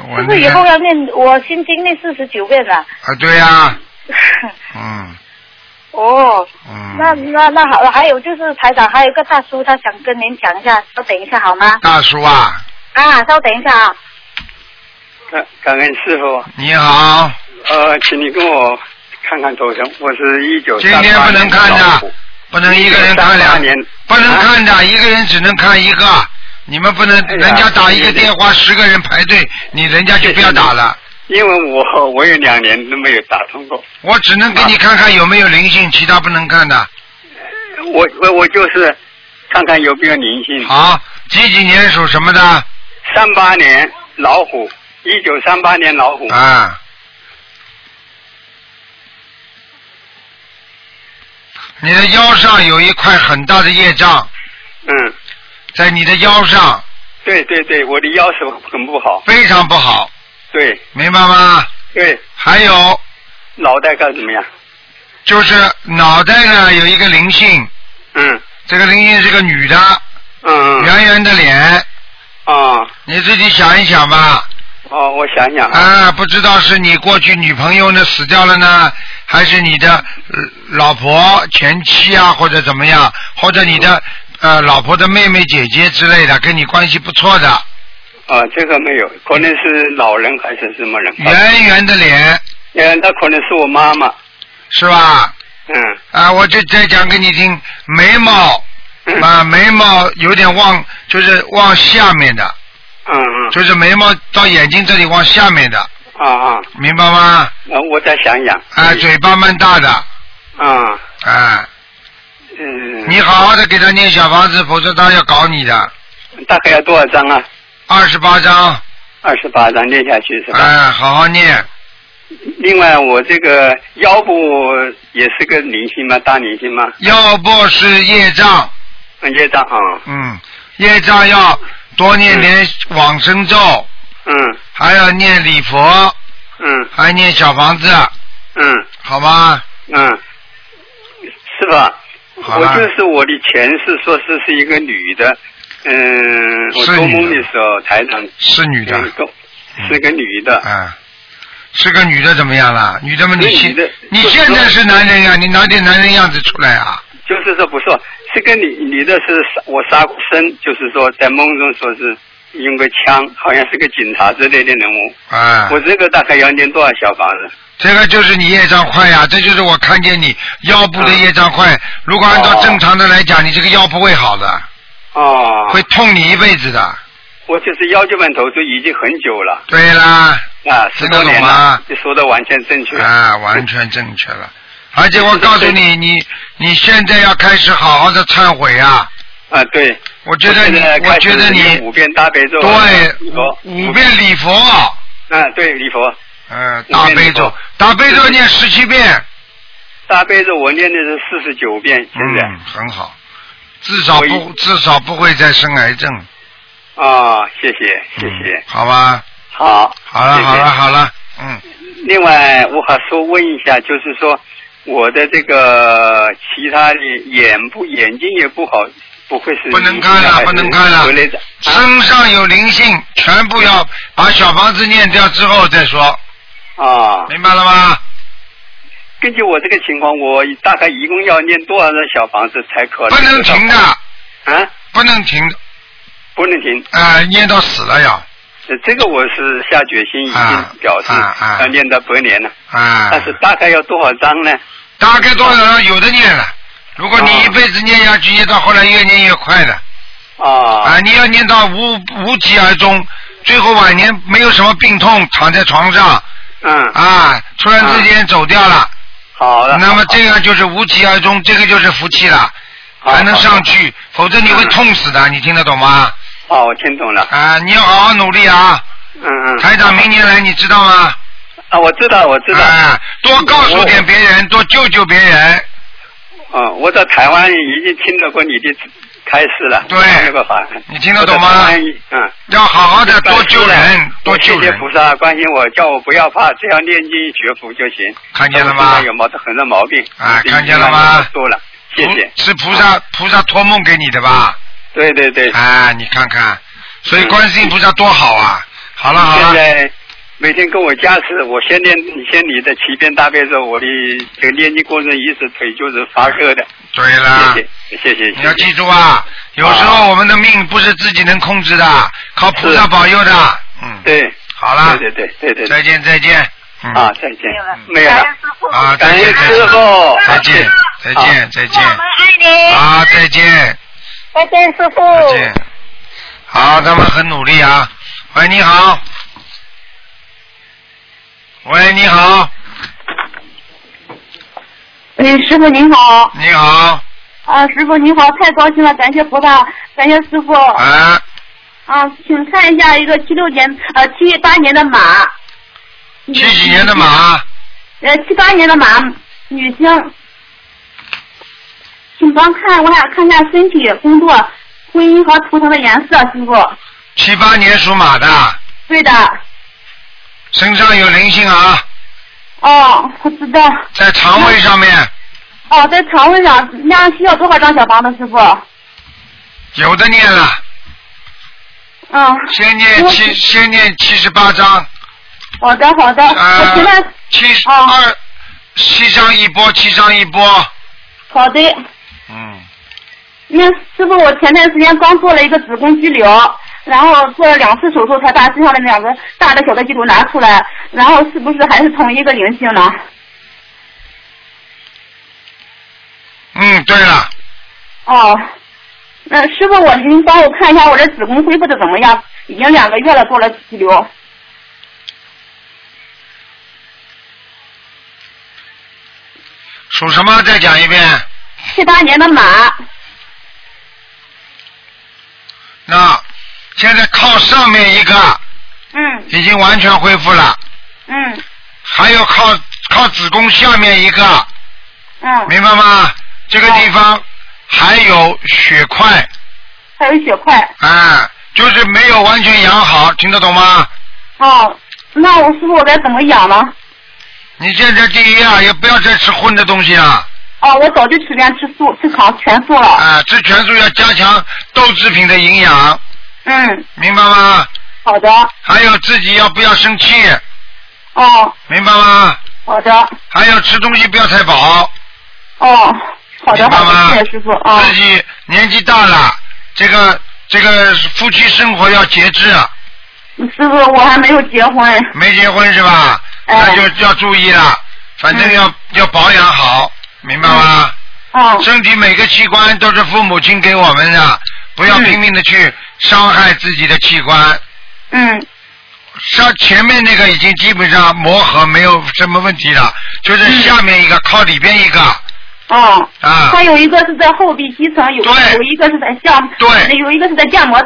[SPEAKER 1] 我那
[SPEAKER 5] 是不是以
[SPEAKER 1] 个
[SPEAKER 5] 后要念我心经念四十九遍了？
[SPEAKER 1] 啊，对呀、 嗯
[SPEAKER 5] 哦，
[SPEAKER 1] 嗯。
[SPEAKER 5] 那那那好了，还有就是台长，还有一个大叔，他想跟您讲一下，稍等一下好吗？
[SPEAKER 1] 大叔啊，
[SPEAKER 5] 啊，稍等一下啊。
[SPEAKER 6] 感感恩师傅，
[SPEAKER 1] 你好，
[SPEAKER 6] 呃，请你跟我看看头像，我是一九
[SPEAKER 1] 今天不能看的，不能一个人看
[SPEAKER 6] 1938
[SPEAKER 1] 两
[SPEAKER 6] 年，啊
[SPEAKER 1] 不能
[SPEAKER 5] 啊
[SPEAKER 1] 看的，一个人只能看一个。你们不能，
[SPEAKER 6] 哎呀
[SPEAKER 1] 人家打一个电话，十个人排队，你人家就不要打了。
[SPEAKER 6] 因为我我有两年都没有打通过，
[SPEAKER 1] 我只能给你看看有没有灵性，其他不能看的。
[SPEAKER 6] 我我我就是看看有没有灵性。
[SPEAKER 1] 好，几几年属什么的？
[SPEAKER 6] 三八年老虎，一九三八年老虎，
[SPEAKER 1] 啊。你的腰上有一块很大的业障，
[SPEAKER 6] 嗯，
[SPEAKER 1] 在你的腰上
[SPEAKER 6] 对对对，我的腰手很不好，
[SPEAKER 1] 非常不好，
[SPEAKER 6] 对
[SPEAKER 1] 明白吗？
[SPEAKER 6] 对，
[SPEAKER 1] 还有
[SPEAKER 6] 脑袋干什么呀？
[SPEAKER 1] 就是脑袋呢有一个灵性，
[SPEAKER 6] 嗯
[SPEAKER 1] 这个灵性是个女的，
[SPEAKER 6] 嗯嗯
[SPEAKER 1] 圆圆的脸，
[SPEAKER 6] 啊
[SPEAKER 1] 你自己想一想吧。
[SPEAKER 6] 哦，我想想啊，
[SPEAKER 1] 啊，不知道是你过去女朋友呢死掉了呢，还是你的呃老婆前妻啊，或者怎么样，或者你的
[SPEAKER 6] 嗯
[SPEAKER 1] 呃老婆的妹妹姐姐之类的，跟你关系不错的，
[SPEAKER 6] 啊，这个没有，可能是老人还是什么人？
[SPEAKER 1] 圆圆的脸
[SPEAKER 6] 嗯，那可能是我妈妈。
[SPEAKER 1] 是吧？
[SPEAKER 6] 嗯
[SPEAKER 1] 啊，我就再讲给你听，眉 毛
[SPEAKER 6] 嗯
[SPEAKER 1] 啊，眉毛有点往就是往下面的，
[SPEAKER 6] 嗯嗯
[SPEAKER 1] 就是眉毛到眼睛这里往下面的，
[SPEAKER 6] 啊啊，
[SPEAKER 1] 明白吗？
[SPEAKER 6] 那我再想想。
[SPEAKER 1] 啊，嘴巴蛮大的，
[SPEAKER 6] 啊
[SPEAKER 1] 啊，
[SPEAKER 6] 嗯，
[SPEAKER 1] 你好好的给他念小房子，否则他要搞你的。
[SPEAKER 6] 大概要多少张啊？
[SPEAKER 1] 二十八章，
[SPEAKER 6] 二十八张念下去是吧？
[SPEAKER 1] 哎，好好念，
[SPEAKER 6] 另外，我这个腰部也是个灵性吗？大灵性吗？
[SPEAKER 1] 要不是业障，
[SPEAKER 6] 嗯，业障啊，
[SPEAKER 1] 嗯，业障要多念点往生咒，
[SPEAKER 6] 嗯
[SPEAKER 1] 还要念礼佛，
[SPEAKER 6] 嗯
[SPEAKER 1] 还念小房子，
[SPEAKER 6] 嗯
[SPEAKER 1] 好吗？
[SPEAKER 6] 嗯，是吧？
[SPEAKER 1] 好
[SPEAKER 6] 我
[SPEAKER 1] 了
[SPEAKER 6] 就是我的前世，说是是一个女的，嗯，我
[SPEAKER 1] 是
[SPEAKER 6] 做
[SPEAKER 1] 女的
[SPEAKER 6] 梦的时候，台长
[SPEAKER 1] 是女的，
[SPEAKER 6] 嗯是个女的，
[SPEAKER 1] 啊，是个女的怎么样啦？女的嘛，你
[SPEAKER 6] 是
[SPEAKER 1] 现
[SPEAKER 6] 女的
[SPEAKER 1] 你
[SPEAKER 6] 就是
[SPEAKER 1] 现
[SPEAKER 6] 说
[SPEAKER 1] 在是男人呀，你拿点男人样子出来啊？
[SPEAKER 6] 就是说不是，这个女女的是杀我杀过生，就是说在梦中说是用个枪，好像是个警察之类的人物。
[SPEAKER 1] 啊，
[SPEAKER 6] 我这个大概要念多少小房子？
[SPEAKER 1] 这个就是你业障快呀，这就是我看见你腰部的
[SPEAKER 6] 嗯
[SPEAKER 1] 业障快。如果按照
[SPEAKER 6] 哦
[SPEAKER 1] 正常的来讲，你这个腰不会好的，
[SPEAKER 6] 哦，
[SPEAKER 1] 会痛你一辈子的。
[SPEAKER 6] 我就是腰椎盘突出已经很久了
[SPEAKER 1] 对啦，
[SPEAKER 6] 啊，
[SPEAKER 1] 听
[SPEAKER 6] 十
[SPEAKER 1] 得
[SPEAKER 6] 多
[SPEAKER 1] 懂
[SPEAKER 6] 年
[SPEAKER 1] 吗
[SPEAKER 6] 了，你说的完全正确。嗯
[SPEAKER 1] 啊，完全正确了。而且我告诉你，你你现在要开始好好的忏悔啊！
[SPEAKER 6] 啊，对。
[SPEAKER 1] 我觉得你
[SPEAKER 6] 现在，
[SPEAKER 1] 我
[SPEAKER 6] 开始
[SPEAKER 1] 觉得你
[SPEAKER 6] 念五遍大悲咒，
[SPEAKER 1] 对
[SPEAKER 6] 礼佛
[SPEAKER 1] 五五遍礼佛，
[SPEAKER 6] 啊，对礼佛
[SPEAKER 1] 嗯，
[SPEAKER 6] 五遍
[SPEAKER 1] 大
[SPEAKER 6] 礼
[SPEAKER 1] 悲咒
[SPEAKER 6] 佛，
[SPEAKER 1] 大悲咒念十七遍，
[SPEAKER 6] 大悲咒我念的是四十九遍，现在、
[SPEAKER 1] 嗯，很好，至少
[SPEAKER 6] 我一
[SPEAKER 1] 不至少不会再生癌症，
[SPEAKER 6] 啊，谢谢谢
[SPEAKER 1] 嗯
[SPEAKER 6] 谢，
[SPEAKER 1] 好吧，
[SPEAKER 6] 好，
[SPEAKER 1] 好了
[SPEAKER 6] 谢谢
[SPEAKER 1] 好了好了，嗯，
[SPEAKER 6] 另外，我还说问一下，就是说我的这个其他的眼部眼睛也不好，不会是
[SPEAKER 1] 不能看了不能看了
[SPEAKER 6] 回来的啊
[SPEAKER 1] 身上有灵性，全部要把小房子念掉之后再说，
[SPEAKER 6] 啊！
[SPEAKER 1] 明白了吗？
[SPEAKER 6] 根据我这个情况，我大概一共要念多少张小房子才可
[SPEAKER 1] 不能停的，
[SPEAKER 6] 啊？
[SPEAKER 1] 不能停，
[SPEAKER 6] 不能停，
[SPEAKER 1] 啊、念到死了要，
[SPEAKER 6] 呃这个我是下决心已
[SPEAKER 1] 啊
[SPEAKER 6] 经表示
[SPEAKER 1] 啊啊
[SPEAKER 6] 要念到百年了，
[SPEAKER 1] 啊、
[SPEAKER 6] 但是大概要多少张呢？
[SPEAKER 1] 大概多少有的念了。如果你一辈子念下去，到后来越念越快的
[SPEAKER 6] 啊
[SPEAKER 1] 啊！你要念到无无疾而终，最后晚年没有什么病痛，躺在床上
[SPEAKER 6] 嗯，
[SPEAKER 1] 啊，突然之间走掉了，
[SPEAKER 6] 好的，
[SPEAKER 1] 那么
[SPEAKER 6] 好
[SPEAKER 1] 这个就是无疾而终，这个就是福气了，
[SPEAKER 6] 好
[SPEAKER 1] 还能上去，否则你会痛死
[SPEAKER 6] 嗯
[SPEAKER 1] 的，你听得懂吗？
[SPEAKER 6] 好，哦我听懂了，
[SPEAKER 1] 啊，你要好好努力啊！
[SPEAKER 6] 嗯嗯，
[SPEAKER 1] 台长明年来，你知道吗？
[SPEAKER 6] 啊，我知道，我知道，
[SPEAKER 1] 啊，多告诉点别人，多救救别人。
[SPEAKER 6] 啊，我在台湾已经听到过你的开示了，
[SPEAKER 1] 对
[SPEAKER 6] 那个法，
[SPEAKER 1] 你听得懂吗
[SPEAKER 6] 我在台湾嗯，
[SPEAKER 1] 要好好的多救人
[SPEAKER 6] 我，
[SPEAKER 1] 多救
[SPEAKER 6] 谢
[SPEAKER 1] 人
[SPEAKER 6] 谢，菩萨关心我，叫我不要怕，只要念经学佛就行。
[SPEAKER 1] 看见了
[SPEAKER 6] 我身
[SPEAKER 1] 吗
[SPEAKER 6] 上？有毛很多毛病
[SPEAKER 1] 啊
[SPEAKER 6] 我自己
[SPEAKER 1] 看见了吗嗯
[SPEAKER 6] 慢慢地多了，谢谢。
[SPEAKER 1] 菩是菩
[SPEAKER 6] 嗯
[SPEAKER 1] 萨菩萨托梦给你的吧？
[SPEAKER 6] 对对对，
[SPEAKER 1] 啊，你看看，所以
[SPEAKER 6] 嗯
[SPEAKER 1] 观世音菩萨多好啊！好了好
[SPEAKER 6] 现
[SPEAKER 1] 了，
[SPEAKER 6] 在每天跟我加持，我先念先你的七遍大悲咒，我的这个念经过程一直腿就是发热的，
[SPEAKER 1] 对了
[SPEAKER 6] 谢，谢谢谢谢谢。
[SPEAKER 1] 你要记住啊，有时候我们的命不是自己能控制的，靠菩萨
[SPEAKER 6] 是
[SPEAKER 1] 保佑的。嗯，
[SPEAKER 6] 对，
[SPEAKER 1] 好了，
[SPEAKER 6] 对对对对对，
[SPEAKER 1] 再见再见。嗯
[SPEAKER 6] 啊，再见，没有了。
[SPEAKER 1] 啊，
[SPEAKER 6] 感
[SPEAKER 1] 再
[SPEAKER 6] 恩
[SPEAKER 1] 见再
[SPEAKER 6] 师傅，
[SPEAKER 1] 见再见再见再见啊，再见
[SPEAKER 7] 再见，师傅。
[SPEAKER 1] 再见。好，他们很努力啊。喂，你好。喂，你好，
[SPEAKER 8] 哎，师傅您好，
[SPEAKER 1] 你好，
[SPEAKER 8] 啊，师傅您好，太高兴了，感谢菩萨，感谢师傅。
[SPEAKER 1] 啊，
[SPEAKER 8] 啊，请看一下一个七六年呃七八年的马。
[SPEAKER 1] 七几年的？马，
[SPEAKER 8] 呃，七八年的马，女性，请帮看，我想看一下身体、工作、婚姻和图腾的颜色，师傅。
[SPEAKER 1] 七八年属马的，
[SPEAKER 8] 对的，
[SPEAKER 1] 身上有灵性啊，
[SPEAKER 8] 哦，我知道，
[SPEAKER 1] 在肠胃上面
[SPEAKER 8] 哦，在肠胃上，那需要多少张小房子，师傅？
[SPEAKER 1] 有的念了，
[SPEAKER 8] 嗯，
[SPEAKER 1] 先念七，先念七十八章，
[SPEAKER 8] 好的好的，我
[SPEAKER 1] 啊
[SPEAKER 8] 现在，
[SPEAKER 1] 七十
[SPEAKER 8] 哦
[SPEAKER 1] 二，七张一波，七张一波，
[SPEAKER 8] 好的。
[SPEAKER 1] 嗯，
[SPEAKER 8] 那师傅，我前段时间刚做了一个子宫肌瘤，然后做了两次手术才把身上的两个大的小的肌瘤拿出来，然后是不是还是同一个灵性呢？
[SPEAKER 1] 嗯，对了，
[SPEAKER 8] 哦，那师傅，我您帮我看一下我这子宫恢复的怎么样？已经两个月了，做了肌瘤。
[SPEAKER 1] 属什么？再讲一遍。
[SPEAKER 8] 七八年的马，
[SPEAKER 1] 那现在靠上面一个
[SPEAKER 8] 嗯
[SPEAKER 1] 已经完全恢复了，
[SPEAKER 8] 嗯
[SPEAKER 1] 还有靠靠子宫下面一个，
[SPEAKER 8] 嗯，哦
[SPEAKER 1] 明白吗？这个地方还有血块，
[SPEAKER 8] 还有血块。
[SPEAKER 1] 啊，就是没有完全养好，听得懂吗？
[SPEAKER 8] 哦，那我师傅我该怎么养呢？
[SPEAKER 1] 你现在第一啊，也不要再吃荤的东西啊，
[SPEAKER 8] 哦，我早就吃遍吃素，吃糖全素了。
[SPEAKER 1] 啊，吃全素要加强豆制品的营养，
[SPEAKER 8] 嗯，
[SPEAKER 1] 明白吗？
[SPEAKER 8] 好的。
[SPEAKER 1] 还有自己要不要生气，
[SPEAKER 8] 哦，
[SPEAKER 1] 明白吗？
[SPEAKER 8] 好的。
[SPEAKER 1] 还有吃东西不要太饱，
[SPEAKER 8] 哦，好的
[SPEAKER 1] 明白吗
[SPEAKER 8] 好的，谢谢师傅啊。
[SPEAKER 1] 自己年纪大了，这个这个夫妻生活要节制，啊
[SPEAKER 8] 嗯师傅，我还没有结婚。
[SPEAKER 1] 没结婚是吧？
[SPEAKER 8] 哎嗯
[SPEAKER 1] 那就要注意了，反正要、要保养好，明白吗？
[SPEAKER 8] 哦
[SPEAKER 1] 身体每个器官都是父母亲给我们的，不要拼命的去伤害自己的器官，
[SPEAKER 8] 嗯
[SPEAKER 1] 上前面那个已经基本上磨合没有什么问题了，就是下面一个靠里边一个
[SPEAKER 9] 哦，
[SPEAKER 1] 啊，
[SPEAKER 9] 它有一个是在后壁基层，有
[SPEAKER 1] 对
[SPEAKER 9] 有一个是在下，
[SPEAKER 1] 对
[SPEAKER 9] 有一个是在下膜。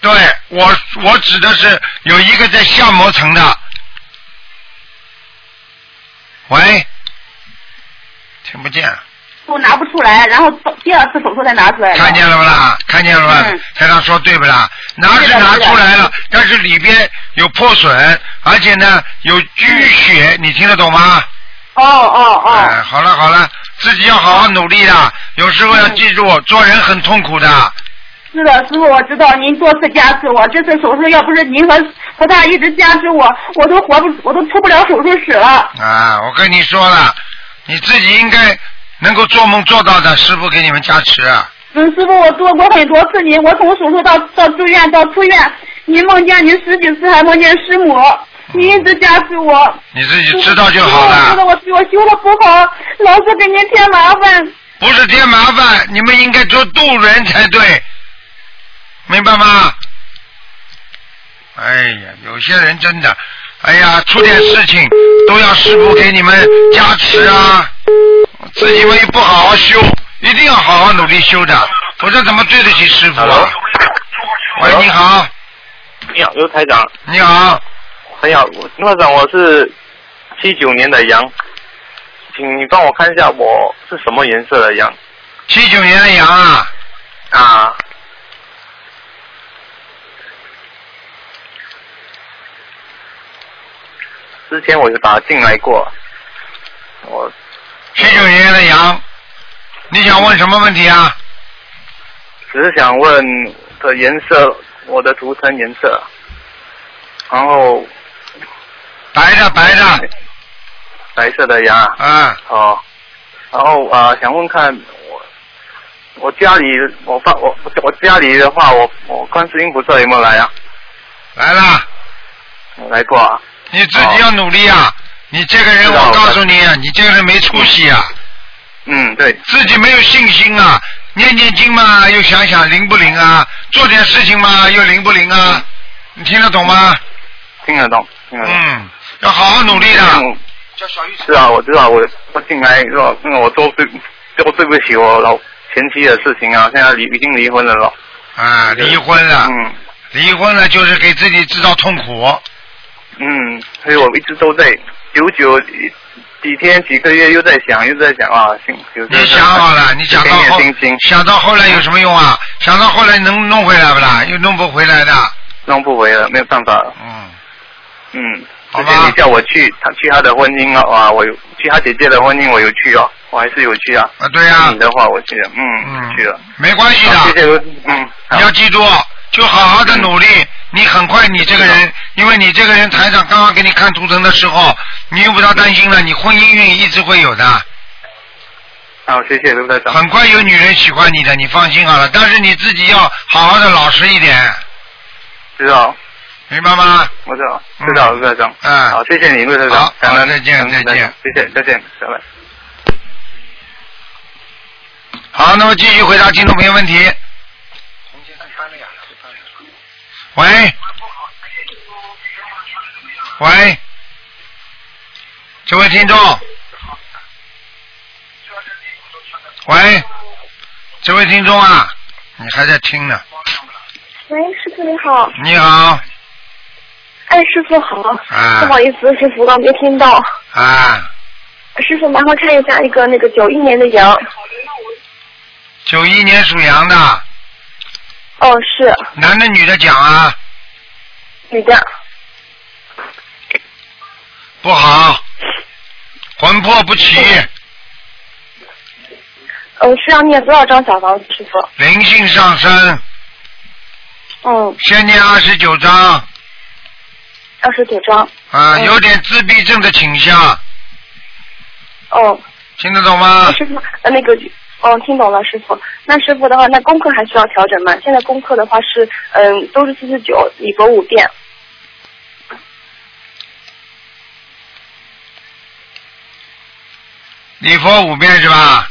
[SPEAKER 1] 对我我指的是有一个在下磨层的。喂，听不见，
[SPEAKER 9] 都拿不出来，然后第二次手术才拿出来的。
[SPEAKER 1] 看见了不啦？看见了吧？
[SPEAKER 9] 嗯
[SPEAKER 1] 台长说对不啦？拿是
[SPEAKER 9] 对的
[SPEAKER 1] 拿
[SPEAKER 9] 对的
[SPEAKER 1] 出来了，但是里边有破损，而且呢有淤血，你听得懂吗？
[SPEAKER 9] 嗯哦哦
[SPEAKER 1] 哎，
[SPEAKER 9] 哦，
[SPEAKER 1] 好了好了，自己要好好努力的，有时候要记住，做人很痛苦的。
[SPEAKER 9] 是的，师傅，我知道您多次加持我，这次手术要不是您和和大一直加持我，我都活不，我都出不了手术室了。
[SPEAKER 1] 啊，我跟你说了，你自己应该能够做梦做到的，师傅给你们加持。啊
[SPEAKER 9] 嗯，师傅，我做过很多次您，我从手术到到住院到出院，您梦见您十几次，还梦见师母，您一直加持我。
[SPEAKER 1] 你自己知道就好
[SPEAKER 9] 我觉得
[SPEAKER 1] 了，
[SPEAKER 9] 我我修的不好，老是给您添麻烦。
[SPEAKER 1] 不是添麻烦，你们应该做渡人才对，明白吗？哎呀，有些人真的，哎呀，出点事情都要师傅给你们加持啊，自己万一不好好修，一定要好好努力修的，否则怎么对得起师傅啊
[SPEAKER 10] Hello？？
[SPEAKER 1] 喂，你好，
[SPEAKER 10] 你好，刘台长，
[SPEAKER 1] 你好，
[SPEAKER 10] 你好，我台长，我是七九年的羊，请你帮我看一下我是什么颜色的羊
[SPEAKER 1] 七九年的羊啊，
[SPEAKER 10] 啊？之前我有打进来过，我
[SPEAKER 1] 七九年的羊，你想问什么问题啊？
[SPEAKER 10] 只是想问的颜色，我的图层颜色，然后
[SPEAKER 1] 白的，白的，
[SPEAKER 10] 白色的羊啊。
[SPEAKER 1] 啊。
[SPEAKER 10] 哦，然后啊、呃想问看我我家里我爸我我家里的话，我我观世音菩萨有没有来啊？
[SPEAKER 1] 来了，
[SPEAKER 10] 有来过啊？
[SPEAKER 1] 你自己要努力啊！你这个人，
[SPEAKER 10] 哦知道
[SPEAKER 1] 我
[SPEAKER 10] 了
[SPEAKER 1] 告诉你啊，你这个人没出息啊，
[SPEAKER 10] 嗯，对，
[SPEAKER 1] 自己没有信心啊，念念经嘛，又想想灵不灵啊，做点事情嘛，又灵不灵啊，
[SPEAKER 10] 嗯
[SPEAKER 1] 你听得懂吗？
[SPEAKER 10] 听得懂，听得懂。
[SPEAKER 1] 嗯，要好好努力
[SPEAKER 10] 嗯，
[SPEAKER 1] 的。
[SPEAKER 10] 我是啊，我知道，我我进来说，那个我都对都对不起我老前妻的事情啊，现在离已经离婚了咯。
[SPEAKER 1] 啊，离婚了，
[SPEAKER 10] 嗯
[SPEAKER 1] 离婚了就是给自己制造痛苦。啊
[SPEAKER 10] 嗯，所以我一直都在久久几天几个月又在想又在想啊，心有时候
[SPEAKER 1] 你想好了，你想到
[SPEAKER 10] 有
[SPEAKER 1] 后
[SPEAKER 10] 点心，情
[SPEAKER 1] 想到后来有什么用啊？想到后来能弄回来不啦？又弄不回来的。啊
[SPEAKER 10] 弄不回了，没有办法了。
[SPEAKER 1] 嗯，
[SPEAKER 10] 嗯，
[SPEAKER 1] 好
[SPEAKER 10] 之
[SPEAKER 1] 吧
[SPEAKER 10] 前你叫我去，他去他的婚姻啊，哇，我有去他姐姐的婚姻，我有去哦，我还是有去啊。
[SPEAKER 1] 啊，对呀、
[SPEAKER 10] 你的话我去了，嗯，
[SPEAKER 1] 嗯，
[SPEAKER 10] 去了。
[SPEAKER 1] 没关系的。
[SPEAKER 10] 好谢谢，嗯，好
[SPEAKER 1] 你要记住，就好好的努力。你很快，你这个
[SPEAKER 10] 嗯
[SPEAKER 1] 人，因为你这个人，台长刚刚给你看图腾的时候，你用不着担心了，你婚姻运一直会有的，
[SPEAKER 10] 好，啊谢谢刘台长。
[SPEAKER 1] 很快有女人喜欢你的，你放心好了。但是你自己要好好的老实一点，
[SPEAKER 10] 知道，
[SPEAKER 1] 明白吗？
[SPEAKER 10] 我知道，
[SPEAKER 1] 嗯
[SPEAKER 10] 知道刘台长。
[SPEAKER 1] 嗯
[SPEAKER 10] 好，谢谢你，刘台长。
[SPEAKER 1] 好
[SPEAKER 10] 感
[SPEAKER 1] 好
[SPEAKER 10] 恩
[SPEAKER 1] 再见
[SPEAKER 10] 感恩
[SPEAKER 1] 再见
[SPEAKER 10] 台长谢谢，再见，拜拜。
[SPEAKER 1] 好，那么继续回答听众朋友问题。喂，喂，这位听众，喂，这位听众啊，你还在听呢？
[SPEAKER 8] 喂，师傅你好，
[SPEAKER 1] 你好，
[SPEAKER 8] 哎，师傅好，
[SPEAKER 1] 啊
[SPEAKER 8] 不好意思，师傅刚没听到，
[SPEAKER 1] 啊，
[SPEAKER 8] 师傅麻烦看一下一个那个九一年的羊，
[SPEAKER 1] 九一年属羊的，
[SPEAKER 8] 哦，是
[SPEAKER 1] 男的女的讲啊，
[SPEAKER 8] 女的，
[SPEAKER 1] 不好，魂魄不齐，
[SPEAKER 8] 嗯，是要念多少张小房子，师傅？
[SPEAKER 1] 灵性上升，
[SPEAKER 8] 嗯，
[SPEAKER 1] 先念二十九章。
[SPEAKER 8] 二十九张，
[SPEAKER 1] 啊，
[SPEAKER 8] 嗯
[SPEAKER 1] 有点自闭症的倾向，
[SPEAKER 8] 哦，
[SPEAKER 1] 听得懂吗
[SPEAKER 8] 那？师傅，呃，那个，哦，听懂了，师傅。那师傅的话，那功课还需要调整吗？现在功课的话是，嗯，都是四十九，礼佛五遍，
[SPEAKER 1] 礼佛五遍是吧？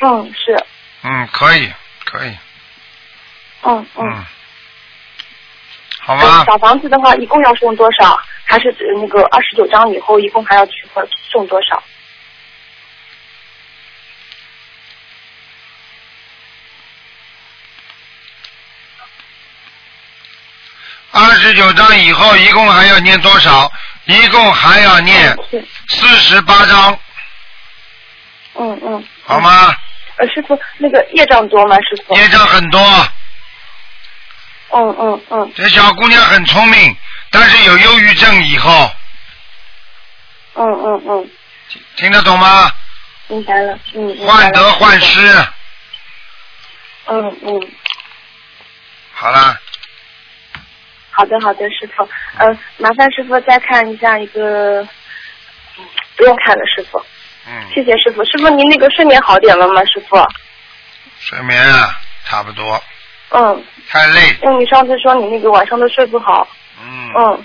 [SPEAKER 8] 嗯，是，
[SPEAKER 1] 嗯，可以，可以，
[SPEAKER 8] 嗯嗯，
[SPEAKER 1] 嗯，好吗？
[SPEAKER 8] 小房子的话，一共要送多少？还是呃那个二十九张以后，一共还要取款送多少？
[SPEAKER 1] 二十九章以后一共还要念多少？一共还要念四十八章，
[SPEAKER 8] 嗯嗯，
[SPEAKER 1] 好吗？
[SPEAKER 8] 呃，师傅，那个业障多吗？师傅？
[SPEAKER 1] 业障很多。
[SPEAKER 8] 嗯嗯嗯
[SPEAKER 1] 这小姑娘很聪明，但是有忧郁症以后，
[SPEAKER 8] 嗯嗯嗯，
[SPEAKER 1] 听得懂吗？
[SPEAKER 8] 明白了，嗯，明白了
[SPEAKER 1] 患得患，失。
[SPEAKER 8] 嗯嗯。
[SPEAKER 1] 好了，
[SPEAKER 8] 好的，好的，师傅。呃，麻烦师傅再看一下一个，嗯不用看了，师傅。
[SPEAKER 1] 嗯，
[SPEAKER 8] 谢谢师傅。师傅，您那个睡眠好点了吗？师傅？
[SPEAKER 1] 睡眠啊，差不多，
[SPEAKER 8] 嗯，
[SPEAKER 1] 太累，
[SPEAKER 8] 因为你上次说你那个晚上都睡不好。
[SPEAKER 1] 嗯，
[SPEAKER 8] 嗯，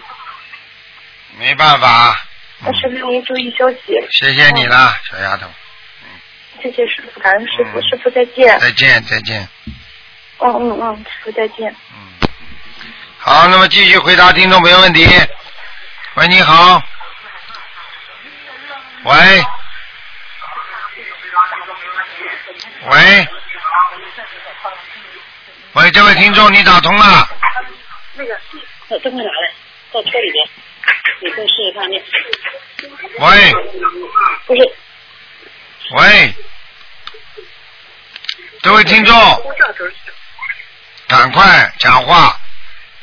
[SPEAKER 1] 没办法，
[SPEAKER 8] 那师傅您注意休息。嗯
[SPEAKER 1] 谢谢你了，小丫头，
[SPEAKER 8] 谢谢师傅，感恩师傅，
[SPEAKER 1] 嗯
[SPEAKER 8] 师傅再见。
[SPEAKER 1] 再见再见。
[SPEAKER 8] 嗯嗯嗯，师傅再见。
[SPEAKER 1] 好，那么继续回答听众朋友问题。喂，你好。喂。喂。喂，这位听众，你打通了。
[SPEAKER 11] 那个，我这快拿来，在车里边，你给我试试看那。
[SPEAKER 1] 喂
[SPEAKER 11] 不是，
[SPEAKER 1] 喂，这位听众，赶快讲话！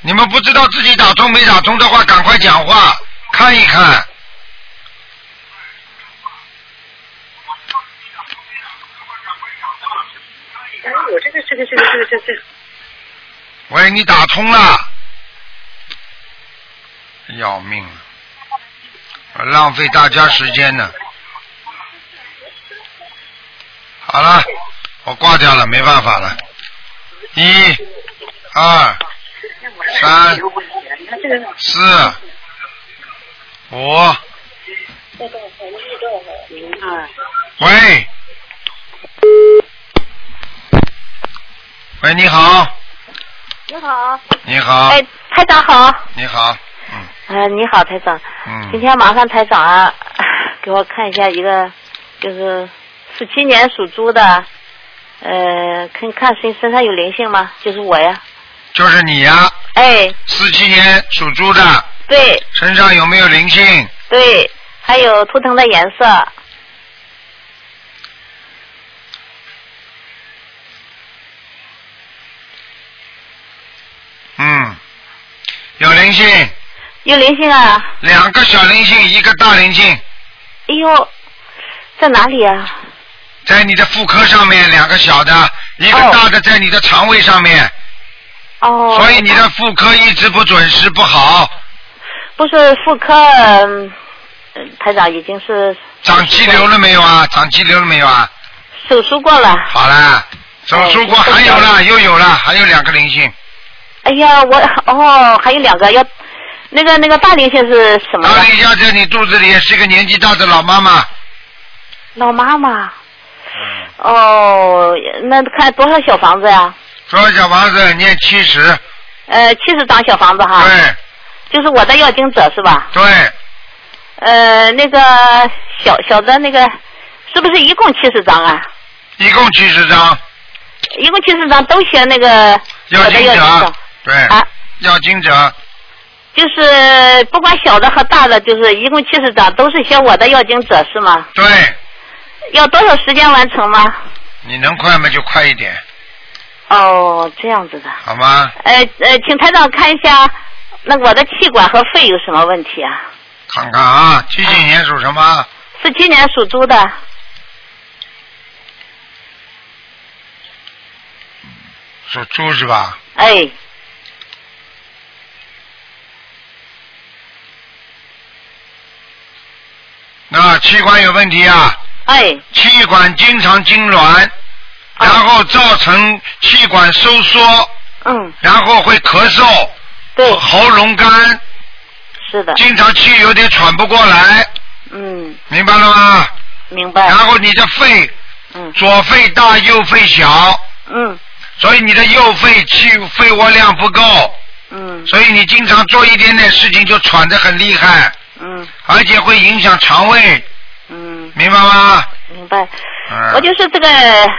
[SPEAKER 1] 你们不知道自己打通没打通的话，赶快讲话，看一看。
[SPEAKER 11] 哎，我这个这个这个这个这个这个，
[SPEAKER 1] 喂，你打通了，要命了，浪费大家时间呢。好了，我挂掉了，没办法了。一、二、三、
[SPEAKER 11] 你看这个，
[SPEAKER 1] 四、五，
[SPEAKER 11] 啊，
[SPEAKER 1] 喂，喂，你好，
[SPEAKER 12] 你好，
[SPEAKER 1] 你好，
[SPEAKER 12] 哎，台长好。
[SPEAKER 1] 你好，
[SPEAKER 12] 呃，你好，台长。今
[SPEAKER 1] 嗯，
[SPEAKER 12] 天麻烦台长啊， 给我看一下一个，就是四七年属猪的，呃，看看身身上有灵性吗？就是我呀。
[SPEAKER 1] 就是你呀、
[SPEAKER 12] 哎，
[SPEAKER 1] 四七年属猪的，
[SPEAKER 12] 对
[SPEAKER 1] 身上有没有灵性？
[SPEAKER 12] 对，还有图腾的颜色。
[SPEAKER 1] 嗯，有灵性，
[SPEAKER 12] 有灵性啊！
[SPEAKER 1] 两个小灵性，一个大灵性，
[SPEAKER 12] 哎呦，在哪里啊？
[SPEAKER 1] 在你的妇科上面，两个小的，一个大的在你的肠胃上面，
[SPEAKER 12] 哦。
[SPEAKER 1] 所以你的妇科一直不准时不好，
[SPEAKER 12] 啊不是妇科，嗯、呃台长已经是
[SPEAKER 1] 长肌瘤了没有啊？长肌瘤了没有啊？
[SPEAKER 12] 手术过了。
[SPEAKER 1] 好啦，手术过还有
[SPEAKER 12] 哦
[SPEAKER 1] 啦，又有啦，还有两个灵性，
[SPEAKER 12] 哎呀，我哦，还有两个要，那个那个大灵性是什么
[SPEAKER 1] 大
[SPEAKER 12] 呀？
[SPEAKER 1] 灵性在你肚子里，是一个年纪大的老妈妈，
[SPEAKER 12] 老妈妈。
[SPEAKER 1] 嗯
[SPEAKER 12] 哦，那看多少小房子呀？
[SPEAKER 1] 说小房子念七十，
[SPEAKER 12] 呃，七十张小房子哈。
[SPEAKER 1] 对。
[SPEAKER 12] 就是我的要经者是吧？
[SPEAKER 1] 对，
[SPEAKER 12] 呃，那个小小的那个，是不是一共七十张啊？
[SPEAKER 1] 一共七十张，
[SPEAKER 12] 一共七十张都写那个
[SPEAKER 1] 要
[SPEAKER 12] 我的
[SPEAKER 1] 经
[SPEAKER 12] 要经
[SPEAKER 1] 者
[SPEAKER 12] 者，，
[SPEAKER 1] 对，
[SPEAKER 12] 啊
[SPEAKER 1] 要经者，
[SPEAKER 12] 就是不管小的和大的，就是一共七十张都是写我的要经者是吗？
[SPEAKER 1] 对，
[SPEAKER 12] 要多少时间完成吗？
[SPEAKER 1] 你能快吗？就快一点，
[SPEAKER 12] 哦，这样子的。
[SPEAKER 1] 好吗？
[SPEAKER 12] 呃呃，请台长看一下，那我的气管和肺有什么问题啊？
[SPEAKER 1] 看看啊，七几年属什么？
[SPEAKER 12] 四七年属猪的，
[SPEAKER 1] 属猪是吧？
[SPEAKER 12] 哎，
[SPEAKER 1] 那气管有问题啊？
[SPEAKER 12] 哎。啊
[SPEAKER 1] 气管经常痉挛，然后造成气管收缩。
[SPEAKER 12] 嗯。
[SPEAKER 1] 然后会咳嗽。
[SPEAKER 12] 对。
[SPEAKER 1] 喉咙干。
[SPEAKER 12] 是的。
[SPEAKER 1] 经常气有点喘不过来，
[SPEAKER 12] 嗯，
[SPEAKER 1] 明白了吗？
[SPEAKER 12] 明白。
[SPEAKER 1] 然后你的肺，
[SPEAKER 12] 嗯，
[SPEAKER 1] 左肺大，右肺小，
[SPEAKER 12] 嗯
[SPEAKER 1] 所以你的右肺气肺活量不够，
[SPEAKER 12] 嗯
[SPEAKER 1] 所以你经常做一点点事情就喘得很厉害，
[SPEAKER 12] 嗯
[SPEAKER 1] 而且会影响肠胃，
[SPEAKER 12] 嗯，
[SPEAKER 1] 明白吗？
[SPEAKER 12] 明白。
[SPEAKER 1] 嗯
[SPEAKER 12] 我就是这个呃，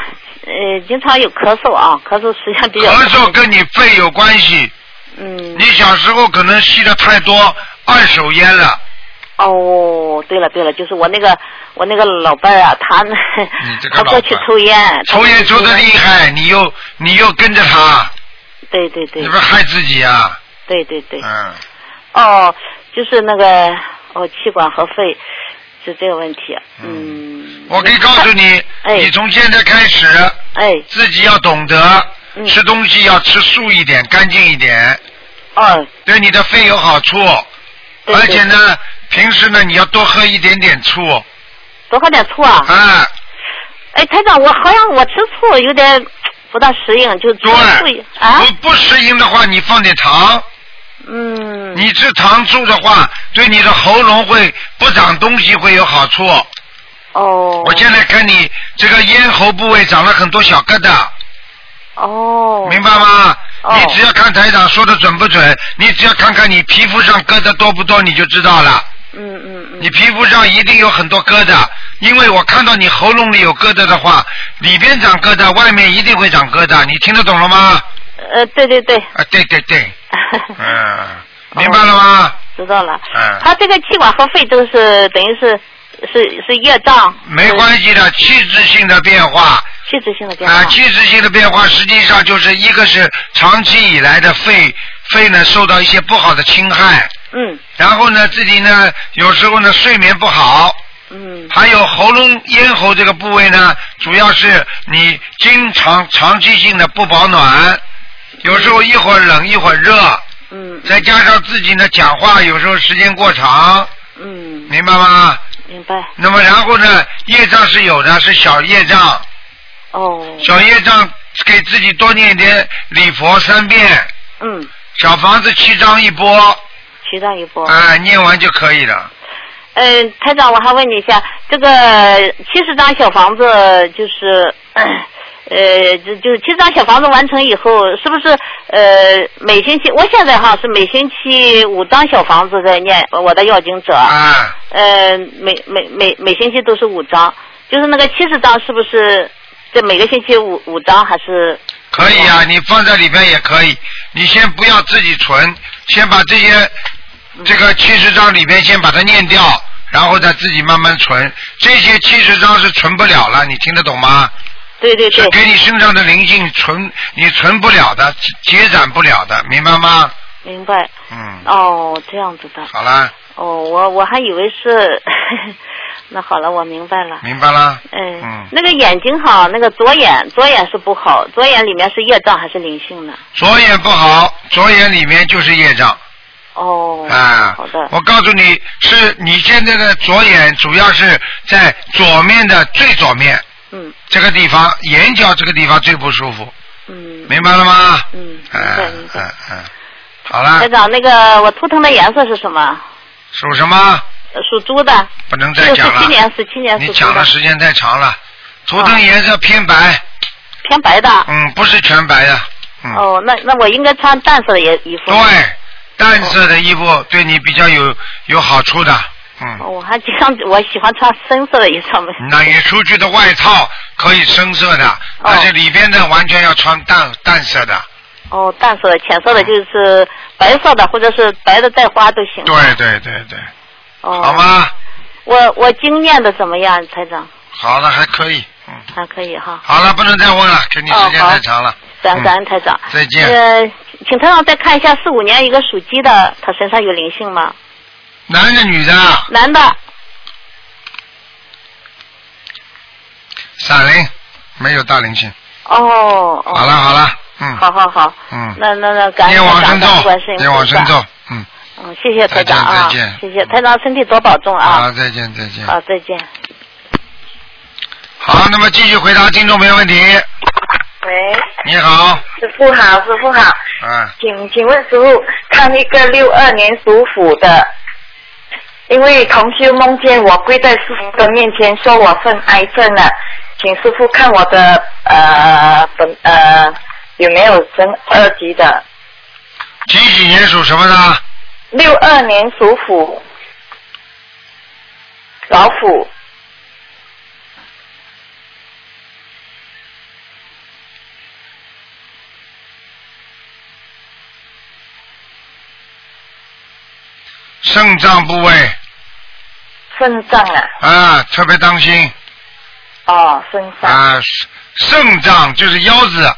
[SPEAKER 12] 经常有咳嗽啊，咳嗽实际上比较
[SPEAKER 1] 咳嗽跟你肺有关系。
[SPEAKER 12] 嗯。
[SPEAKER 1] 你小时候可能吸的太多二手烟了，
[SPEAKER 12] 哦，对了对了，就是我那个我那个老伴儿啊，他呢，
[SPEAKER 1] 你嗯这
[SPEAKER 12] 他
[SPEAKER 1] 个老
[SPEAKER 12] 过去抽烟，
[SPEAKER 1] 抽烟抽的厉
[SPEAKER 12] 害，
[SPEAKER 1] 害，你又你又跟着他，
[SPEAKER 12] 对对对，
[SPEAKER 1] 你不是害自己啊？
[SPEAKER 12] 对对对，
[SPEAKER 1] 嗯，
[SPEAKER 12] 哦，就是那个哦，气管和肺是这个问题，嗯，
[SPEAKER 1] 我可以告诉你，你从现在开始，
[SPEAKER 12] 哎，嗯
[SPEAKER 1] 自己要懂得吃东西要吃素一点，干净一点，
[SPEAKER 12] 哦，
[SPEAKER 1] 对你的肺有好处，
[SPEAKER 12] 对
[SPEAKER 1] 而且呢，平时呢你要多喝一点点醋，
[SPEAKER 12] 多喝点醋啊。
[SPEAKER 1] 啊。
[SPEAKER 12] 哎，台长，我好像我吃醋有点不大适应，就吃醋也啊，
[SPEAKER 1] 不不适应的话你放点糖，
[SPEAKER 12] 嗯，
[SPEAKER 1] 你吃糖醋的话，对你的喉咙会不长东西会有好处。
[SPEAKER 12] 哦。
[SPEAKER 1] 我现在看你这个咽喉部位长了很多小疙瘩。
[SPEAKER 12] 哦。
[SPEAKER 1] 明白吗？
[SPEAKER 12] 哦
[SPEAKER 1] 你只要看台长说的准不准，你只要看看你皮肤上疙瘩多不多，你就知道了。
[SPEAKER 12] 嗯嗯
[SPEAKER 1] 你皮肤上一定有很多疙瘩，因为我看到你喉咙里有疙瘩的话，里边长疙瘩，外面一定会长疙瘩。你听得懂了吗？
[SPEAKER 12] 呃，对对对，
[SPEAKER 1] 啊，对对对， 嗯，明白了吗？
[SPEAKER 12] 知道了。
[SPEAKER 1] 嗯。
[SPEAKER 12] 哦他这个气管和肺都是等于是是是业障，
[SPEAKER 1] 没关系的，器质性的变化
[SPEAKER 12] 器质性的变化。
[SPEAKER 1] 啊，器质性的变化实际上就是一个是长期以来的肺肺呢受到一些不好的侵害，
[SPEAKER 12] 嗯
[SPEAKER 1] 然后呢自己呢有时候呢睡眠不好，
[SPEAKER 12] 嗯，
[SPEAKER 1] 还有喉咙咽喉这个部位呢，主要是你经常长期性的不保暖，有时候一会儿冷一会儿热，
[SPEAKER 12] 嗯，
[SPEAKER 1] 再加上自己呢讲话有时候时间过长，
[SPEAKER 12] 嗯，
[SPEAKER 1] 明白吗？
[SPEAKER 12] 明白。
[SPEAKER 1] 那么然后呢，业障是有的，是小业障。
[SPEAKER 12] 哦。
[SPEAKER 1] 小业障给自己多念一点礼佛三遍，
[SPEAKER 12] 嗯，
[SPEAKER 1] 小房子七张一波，
[SPEAKER 12] 其上一波。
[SPEAKER 1] 哎、念完就可以了。
[SPEAKER 12] 嗯，台长，我还问你一下，这个七十张小房子就是，呃，就就是七十张小房子完成以后，是不是呃每星期？我现在哈是每星期五张小房子在念我的要经者，
[SPEAKER 1] 啊，
[SPEAKER 12] 呃，每每每每星期都是五张，就是那个七十张是不是这每个星期五五张还是？
[SPEAKER 1] 可以啊，你放在里边也可以。你先不要自己存，先把这些这个七十章里边先把它念掉，然后再自己慢慢存。这些七十章是存不了了，你听得懂吗？
[SPEAKER 12] 对对
[SPEAKER 1] 对。是给你身上的灵性存，你存不了的，结攒不了的，明白吗？
[SPEAKER 12] 明白。
[SPEAKER 1] 嗯，
[SPEAKER 12] 哦，这样子的。
[SPEAKER 1] 好啦，
[SPEAKER 12] 哦，我我还以为是， 那好了，我明白了。
[SPEAKER 1] 明白啦。
[SPEAKER 12] 嗯，
[SPEAKER 1] 嗯，
[SPEAKER 12] 那个眼睛哈，那个左眼，左眼是不好，左眼里面是业障还是灵性呢？
[SPEAKER 1] 左眼不好，左眼里面就是业障。
[SPEAKER 12] 哦，
[SPEAKER 1] 啊，
[SPEAKER 12] 好的，
[SPEAKER 1] 我告诉你，是你现在的左眼主要是在左面的最左面，
[SPEAKER 12] 嗯，
[SPEAKER 1] 这个地方眼角这个地方最不舒服，
[SPEAKER 12] 嗯，
[SPEAKER 1] 明白了吗？
[SPEAKER 12] 嗯，
[SPEAKER 1] 嗯嗯嗯，好
[SPEAKER 12] 台
[SPEAKER 1] 了，
[SPEAKER 12] 长，那个我图腾的颜色是什么？
[SPEAKER 1] 属什么？
[SPEAKER 12] 呃属猪的，
[SPEAKER 1] 不能再
[SPEAKER 12] 六
[SPEAKER 1] 讲
[SPEAKER 12] 十七
[SPEAKER 1] 了
[SPEAKER 12] 年，，十七年
[SPEAKER 1] 你
[SPEAKER 12] 属
[SPEAKER 1] 讲
[SPEAKER 12] 猪
[SPEAKER 1] 的
[SPEAKER 12] 的，
[SPEAKER 1] 时间太长了。图腾颜色偏白，
[SPEAKER 12] 偏白的。
[SPEAKER 1] 嗯，不是全白的，嗯
[SPEAKER 12] 哦，那那我应该穿淡色的衣衣服。哦
[SPEAKER 1] 对，淡色的衣服对你比较有有好处的，嗯。
[SPEAKER 12] 我还经常我喜欢穿深色的衣裳嘛。
[SPEAKER 1] 那你出去的外套可以深色的，但是里边的完全要穿淡淡色的。
[SPEAKER 12] 哦，淡色的、浅色
[SPEAKER 1] 嗯
[SPEAKER 12] 的，就是白色的，或者是白的带花都行。
[SPEAKER 1] 对对对对，
[SPEAKER 12] 哦，
[SPEAKER 1] 好吗？
[SPEAKER 12] 我我经验的怎么样，台长？
[SPEAKER 1] 好了，还可以。
[SPEAKER 12] 还可以哈。
[SPEAKER 1] 好了，不能再问了，给你时间
[SPEAKER 12] 哦好
[SPEAKER 1] 太长了。
[SPEAKER 12] 感
[SPEAKER 1] 嗯
[SPEAKER 12] 感恩台长。
[SPEAKER 1] 再见
[SPEAKER 12] 呃，请台长再看一下四五年一个属鸡的，他身上有灵性吗？
[SPEAKER 1] 男的女的啊？
[SPEAKER 12] 男的，
[SPEAKER 1] 闪灵，没有大灵性。
[SPEAKER 12] 哦。哦
[SPEAKER 1] 好了好。了，嗯
[SPEAKER 12] 好好好，
[SPEAKER 1] 嗯，
[SPEAKER 12] 那那那感
[SPEAKER 1] 念
[SPEAKER 12] 恩
[SPEAKER 1] 往
[SPEAKER 12] 台
[SPEAKER 1] 生
[SPEAKER 12] 长，感恩观世
[SPEAKER 1] 咒，
[SPEAKER 12] 音
[SPEAKER 1] 念往
[SPEAKER 12] 菩萨
[SPEAKER 1] 生咒。嗯，
[SPEAKER 12] 嗯，谢谢台长啊，
[SPEAKER 1] 再见再
[SPEAKER 12] 谢谢台长，身体多保重啊。
[SPEAKER 1] 好，再见再见。
[SPEAKER 12] 好，再见。
[SPEAKER 1] 好，那么继续回答听众朋友问题。
[SPEAKER 13] 喂，
[SPEAKER 1] 你好，
[SPEAKER 13] 师傅好，师傅好，
[SPEAKER 1] 嗯，
[SPEAKER 13] 请请问师傅，看一个六二年属虎的，因为同修梦见我跪在师傅的面前，说我生癌症了，请师傅看我的呃本呃有没有生二级的
[SPEAKER 1] 几几年属什么的？
[SPEAKER 13] 六二年属虎，老虎，
[SPEAKER 1] 肾脏部位
[SPEAKER 13] 肾脏啊，
[SPEAKER 1] 啊，特别当心
[SPEAKER 13] 哦，肾脏，
[SPEAKER 1] 啊，肾肾脏就是腰子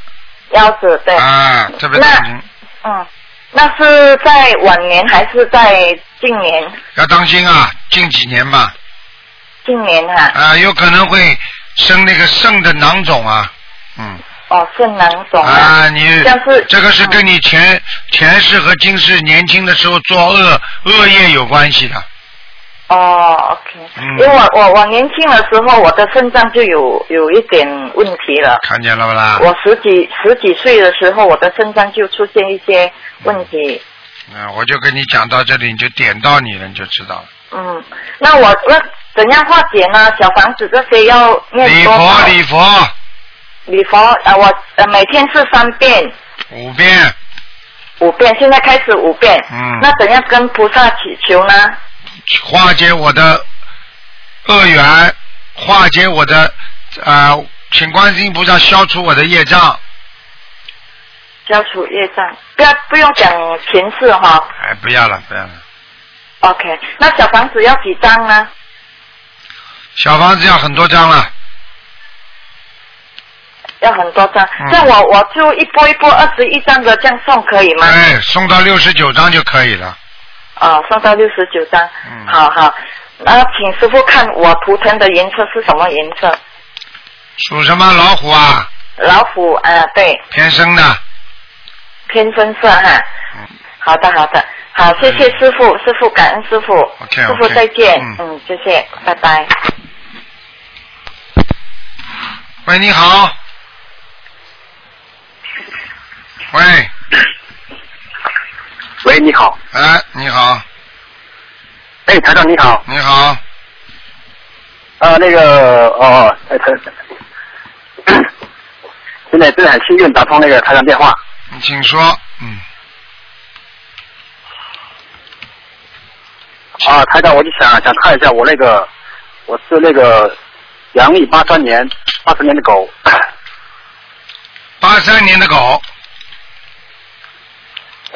[SPEAKER 13] 腰子对。
[SPEAKER 1] 啊，特别当心，
[SPEAKER 13] 嗯，那是在晚年还是在近年？
[SPEAKER 1] 要当心啊，近几年吧，
[SPEAKER 13] 近年哈、
[SPEAKER 1] 啊，有可能会生那个肾的囊肿啊，嗯。
[SPEAKER 13] 哦，肾囊肿
[SPEAKER 1] 啊，你这个是跟你前前世和今世年轻的时候做恶恶业有关系的。
[SPEAKER 13] 哦，OK，、因
[SPEAKER 1] 嗯
[SPEAKER 13] 为我我我年轻的时候，我的肾脏就有有一点问题了。
[SPEAKER 1] 看见了不啦？
[SPEAKER 13] 我十几十几岁的时候，我的肾脏就出现一些问题。
[SPEAKER 1] 嗯，我就跟你讲到这里，你就点到你了，你就知道了。
[SPEAKER 13] 嗯，那我那怎样化解呢？小房子这些要念
[SPEAKER 1] 礼
[SPEAKER 13] 多
[SPEAKER 1] 佛，
[SPEAKER 13] 少？
[SPEAKER 1] 礼佛，
[SPEAKER 13] 礼佛，呃，我呃每天是三遍，
[SPEAKER 1] 五遍。
[SPEAKER 13] 五遍，现在开始五遍。
[SPEAKER 1] 嗯
[SPEAKER 13] 那怎样跟菩萨祈求呢？
[SPEAKER 1] 化解我的恶缘，化解我的啊、呃请观世音菩萨消除我的业障。
[SPEAKER 13] 消除业障，不要不用讲前世哈、
[SPEAKER 1] 哎，不要了，不要了。
[SPEAKER 13] OK，那小房子要几张呢？
[SPEAKER 1] 小房子要很多张了，
[SPEAKER 13] 要很多张，
[SPEAKER 1] 哎
[SPEAKER 13] 这样我我就一波一波二十一张的这样送可以吗？
[SPEAKER 1] 哎，送到六十九张就可以了。
[SPEAKER 13] 哦，送到六十九张，
[SPEAKER 1] 嗯
[SPEAKER 13] 好好。那请师傅看我图腾的颜色是什么颜色？
[SPEAKER 1] 属什么老虎啊？
[SPEAKER 13] 老虎啊、对，
[SPEAKER 1] 偏生的，
[SPEAKER 13] 偏深色哈。
[SPEAKER 1] 嗯
[SPEAKER 13] 好的，好的，好，谢谢师傅，师傅感恩师傅
[SPEAKER 1] OK，
[SPEAKER 13] 师傅
[SPEAKER 1] OK，
[SPEAKER 13] 再见，
[SPEAKER 1] 嗯
[SPEAKER 13] 嗯，谢谢，拜拜。
[SPEAKER 1] 喂，你好。喂，
[SPEAKER 14] 喂，你好。
[SPEAKER 1] 哎，你好，
[SPEAKER 14] 哎，台长你好。
[SPEAKER 1] 你好。
[SPEAKER 14] 呃，那个，哦，哎，台，真的真的很幸运打通那个台长电话。
[SPEAKER 1] 你请说。嗯，
[SPEAKER 14] 啊，台长，我就想想看一下我那个，我是那个阳历八三年八三年的狗，
[SPEAKER 1] 八三年的狗，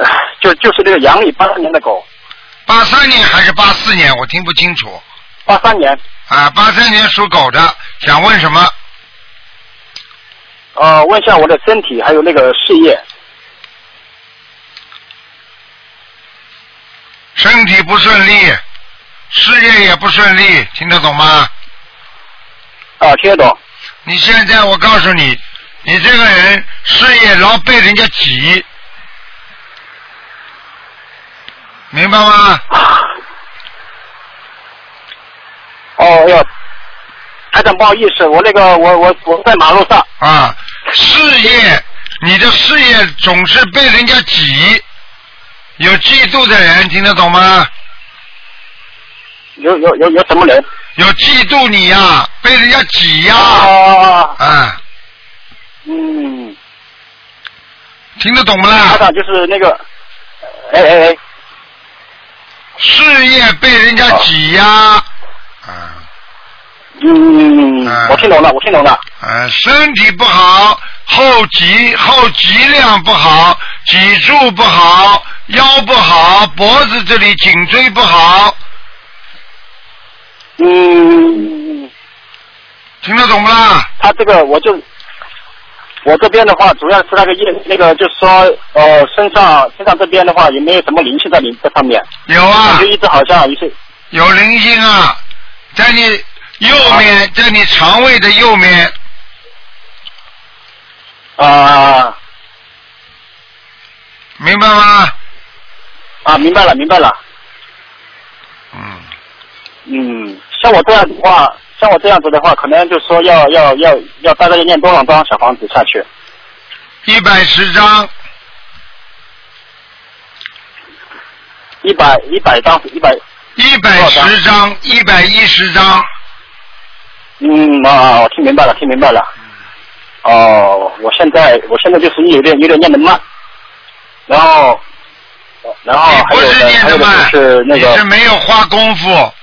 [SPEAKER 14] 就就是那个阳历八三年的狗，
[SPEAKER 1] 八三年还是八四年？我听不清楚。
[SPEAKER 14] 八三年。
[SPEAKER 1] 啊，八三年属狗的，想问什么？
[SPEAKER 14] 呃，问一下我的身体还有那个事业，
[SPEAKER 1] 身体不顺利，事业也不顺利，听得懂吗？
[SPEAKER 14] 啊，听得懂。
[SPEAKER 1] 你现在我告诉你，你这个人事业老被人家挤，明白吗？
[SPEAKER 14] 哦哟，台长不好意思，我那个我我我在马路上，
[SPEAKER 1] 啊，事业，你的事业总是被人家挤，有嫉妒的人，听得懂吗？
[SPEAKER 14] 有有有有什么人？哦
[SPEAKER 1] 有嫉妒你呀、被人家挤呀、
[SPEAKER 14] 啊，
[SPEAKER 1] 啊，
[SPEAKER 14] 嗯，
[SPEAKER 1] 听得懂不啦？
[SPEAKER 14] 台长就是那个，哎哎哎，
[SPEAKER 1] 事业被人家
[SPEAKER 14] 啊
[SPEAKER 1] 挤压、啊
[SPEAKER 14] 嗯，我听懂了，我听懂了。
[SPEAKER 1] 啊，身体不好，后脊后脊梁不好，脊柱不好，腰不好，脖子这里颈椎不好，
[SPEAKER 14] 嗯，
[SPEAKER 1] 听得懂不啦？
[SPEAKER 14] 他这个我就我这边的话，主要是那个业那个，就是说呃，身上身上这边的话，也没有什么灵性在里这上面。
[SPEAKER 1] 有啊
[SPEAKER 14] 我就一直好像一些
[SPEAKER 1] 有灵性啊，在你右面，在你肠胃的右面，
[SPEAKER 14] 啊
[SPEAKER 1] 明白吗？
[SPEAKER 14] 啊，明白了明白了。
[SPEAKER 1] 嗯
[SPEAKER 14] 嗯，像我这样子的话，像我这样子的话，可能就说要要要要大概要念多少张小房子下去？
[SPEAKER 1] 一百十张，
[SPEAKER 14] 一百一百张一百。
[SPEAKER 1] 一百十张，一百一十张，
[SPEAKER 14] 嗯啊，我听明白了，听明白了。哦，我现在我现在就是有点有点念得慢，然后然后还有
[SPEAKER 1] 是
[SPEAKER 14] 的
[SPEAKER 1] 念
[SPEAKER 14] 还
[SPEAKER 1] 的
[SPEAKER 14] 有的
[SPEAKER 1] 慢，
[SPEAKER 14] 就是那
[SPEAKER 1] 你
[SPEAKER 14] 个
[SPEAKER 1] 是没有花功夫，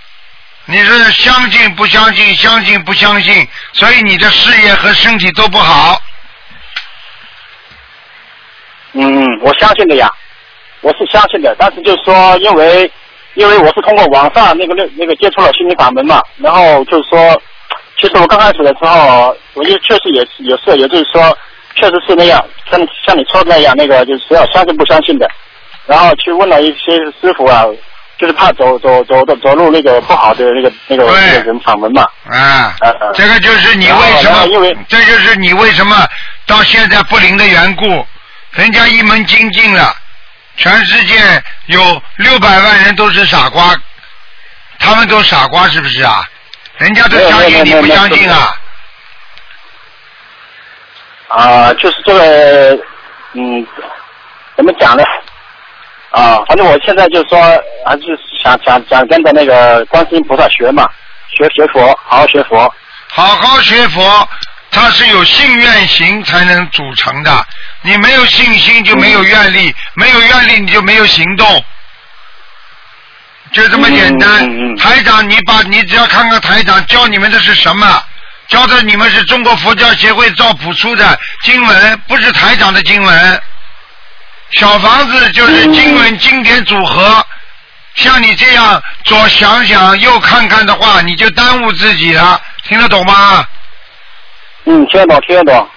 [SPEAKER 1] 你是相信不相信，相信不相信，所以你的事业和身体都不好。
[SPEAKER 14] 嗯，我相信的呀，我是相信的，但是就是说，因为因为我是通过网上那个那那个接触了心灵法门嘛，然后就是说，其实我刚开始的时候，我就确实也是也是，也就是说，确实是那样，像像你说的那样，那个就是要相信不相信的，然后去问了一些师傅啊，就是怕走走走走走入那个不好的那个那个那个人法门嘛，
[SPEAKER 1] 啊，
[SPEAKER 14] 呃呃，
[SPEAKER 1] 这个就是你
[SPEAKER 14] 然后
[SPEAKER 1] 为什
[SPEAKER 14] 然
[SPEAKER 1] 么
[SPEAKER 14] 后因为，
[SPEAKER 1] 这就是你为什么到现在不灵的缘故。人家一门精进了，全世界有六百万人都是傻瓜，他们都傻瓜是不是啊？人家都相信你不相信啊？
[SPEAKER 14] 啊，就是这个，嗯，怎么讲呢？啊，反正我现在就是说，还是想想想跟着那个观世音菩萨学嘛，学学佛，好好学佛。
[SPEAKER 1] 好好学佛，它是有信愿行才能组成的。你没有信心就没有愿力，没有愿力你就没有行动，就这么简单。台长，你把你只要看看台长教你们的是什么。教的你们是中国佛教协会赵朴初的经文，不是台长的经文。小房子就是经文经典组合，像你这样左想想右看看的话，你就耽误自己了，听得懂吗？
[SPEAKER 14] 嗯，听得懂，听得懂。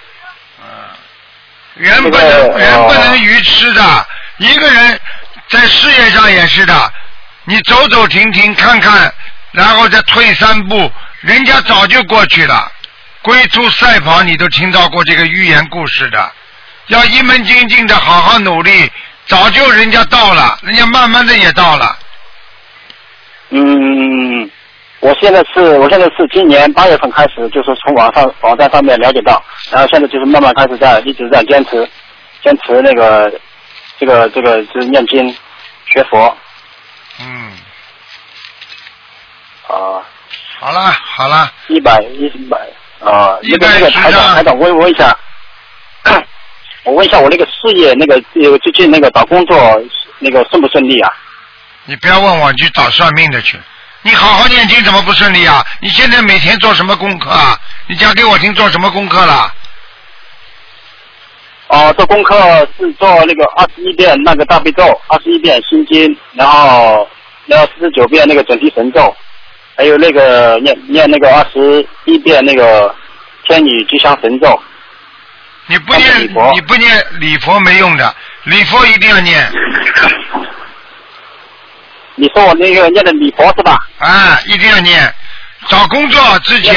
[SPEAKER 1] 人不能、人不能愚痴的，一个人在事业上也是的，你走走停停看看，然后再退三步，人家早就过去了。龟兔赛跑，你都听到过这个寓言故事的。要一门精进的好好努力，早就人家到了，人家慢慢的也到了。
[SPEAKER 14] 嗯嗯嗯嗯，我现在是，我现在是今年八月份开始，就是从网上网站上面了解到，然后现在就是慢慢开始在一直在坚持，坚持那个这个这个就是念经学佛
[SPEAKER 1] 嗯，
[SPEAKER 14] 啊。
[SPEAKER 1] 好了好了，
[SPEAKER 14] 一百一百啊，
[SPEAKER 1] 一
[SPEAKER 14] 那
[SPEAKER 1] 百
[SPEAKER 14] 个那个台长台长，我问一下，我问一下我那个事业那个呃最近那个找工作那个顺不顺利啊？
[SPEAKER 1] 你不要问我，你去找算命的去。你好好念经怎么不顺利啊？你现在每天做什么功课啊？你讲给我听做什么功课了？
[SPEAKER 14] 哦，做功课是做那个二十一遍那个大悲咒，二十一遍心经，然后然后四十九遍那个准提神咒，还有那个念念那个二十一遍那个天女吉祥神咒。
[SPEAKER 1] 你不念你不念礼佛没用的，礼佛一定 要念。
[SPEAKER 14] 你说我那个念的礼佛是吧？
[SPEAKER 1] 啊，一定要念。找工作之前，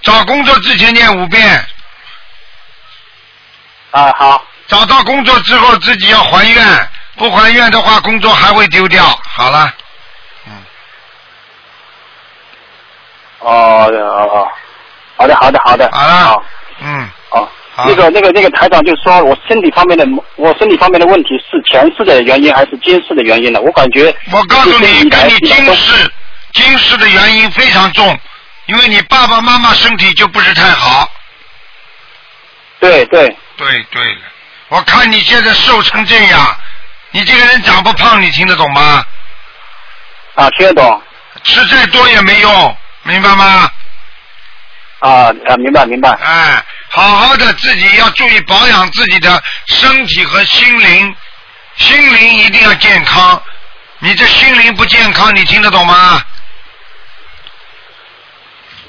[SPEAKER 1] 找工作之前念五遍。
[SPEAKER 14] 啊，好。
[SPEAKER 1] 找到工作之后自己要还愿，不还愿的话，工作还会丢掉。好了，
[SPEAKER 14] 嗯哦哦哦，好的好的好的，
[SPEAKER 1] 好了，
[SPEAKER 14] 好
[SPEAKER 1] 嗯，
[SPEAKER 14] 哦，
[SPEAKER 1] 好
[SPEAKER 14] 那个那个那个台长就说我身体方面的我身体方面的问题是前世的原因还是今世的原因呢？我感觉
[SPEAKER 1] 我告诉
[SPEAKER 14] 就是
[SPEAKER 1] 你，
[SPEAKER 14] 一来
[SPEAKER 1] 跟你
[SPEAKER 14] 一来
[SPEAKER 1] 今
[SPEAKER 14] 都
[SPEAKER 1] 世今世的原因非常重，因为你爸爸妈妈身体就不是太好。
[SPEAKER 14] 对对
[SPEAKER 1] 对对了，我看你现在瘦成这样，你这个人长不胖，你听得懂吗？
[SPEAKER 14] 啊，听得懂。
[SPEAKER 1] 吃再多也没用，明白吗？
[SPEAKER 14] 啊啊，明白明白。
[SPEAKER 1] 哎，好好的自己要注意保养自己的身体和心灵，心灵一定要健康。你这心灵不健康，你听得懂吗？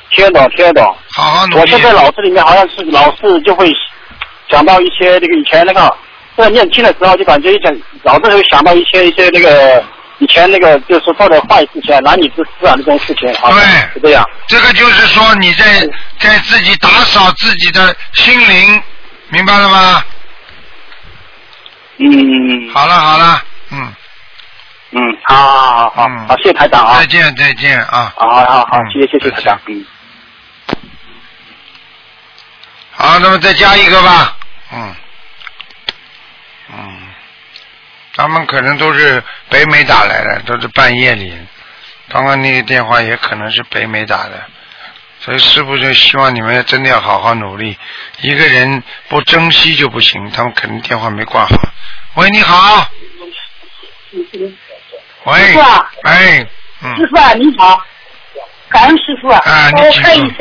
[SPEAKER 14] 听得懂听得懂。
[SPEAKER 1] 好好努力。
[SPEAKER 14] 我现在脑子里面好像是老是就会想到一些那个以前那个在念经的时候就感觉一想老是会想到一些一些那个以前那个就是做的坏事情啊，男女之事啊那种事情，好像是这样。
[SPEAKER 1] 这个就是说你在在自己打扫自己的心灵，明白了吗？
[SPEAKER 14] 嗯。
[SPEAKER 1] 好了好了，嗯。
[SPEAKER 14] 嗯，好好好好好，谢谢台长啊。
[SPEAKER 1] 再见再见啊。
[SPEAKER 14] 好好好，谢谢谢谢台长。嗯。
[SPEAKER 1] 好，那么再加一个吧。嗯，嗯，他们可能都是北美打来的，都是半夜里。刚刚那个电话也可能是北美打的，所以师傅就希望你们真的要好好努力。一个人不珍惜就不行，他们可能电话没挂好。喂，你好。喂
[SPEAKER 11] 师傅啊，
[SPEAKER 1] 哎，
[SPEAKER 11] 师傅啊，你好，感恩师傅啊，
[SPEAKER 1] 啊
[SPEAKER 11] 帮我
[SPEAKER 1] 你请
[SPEAKER 11] 看一下，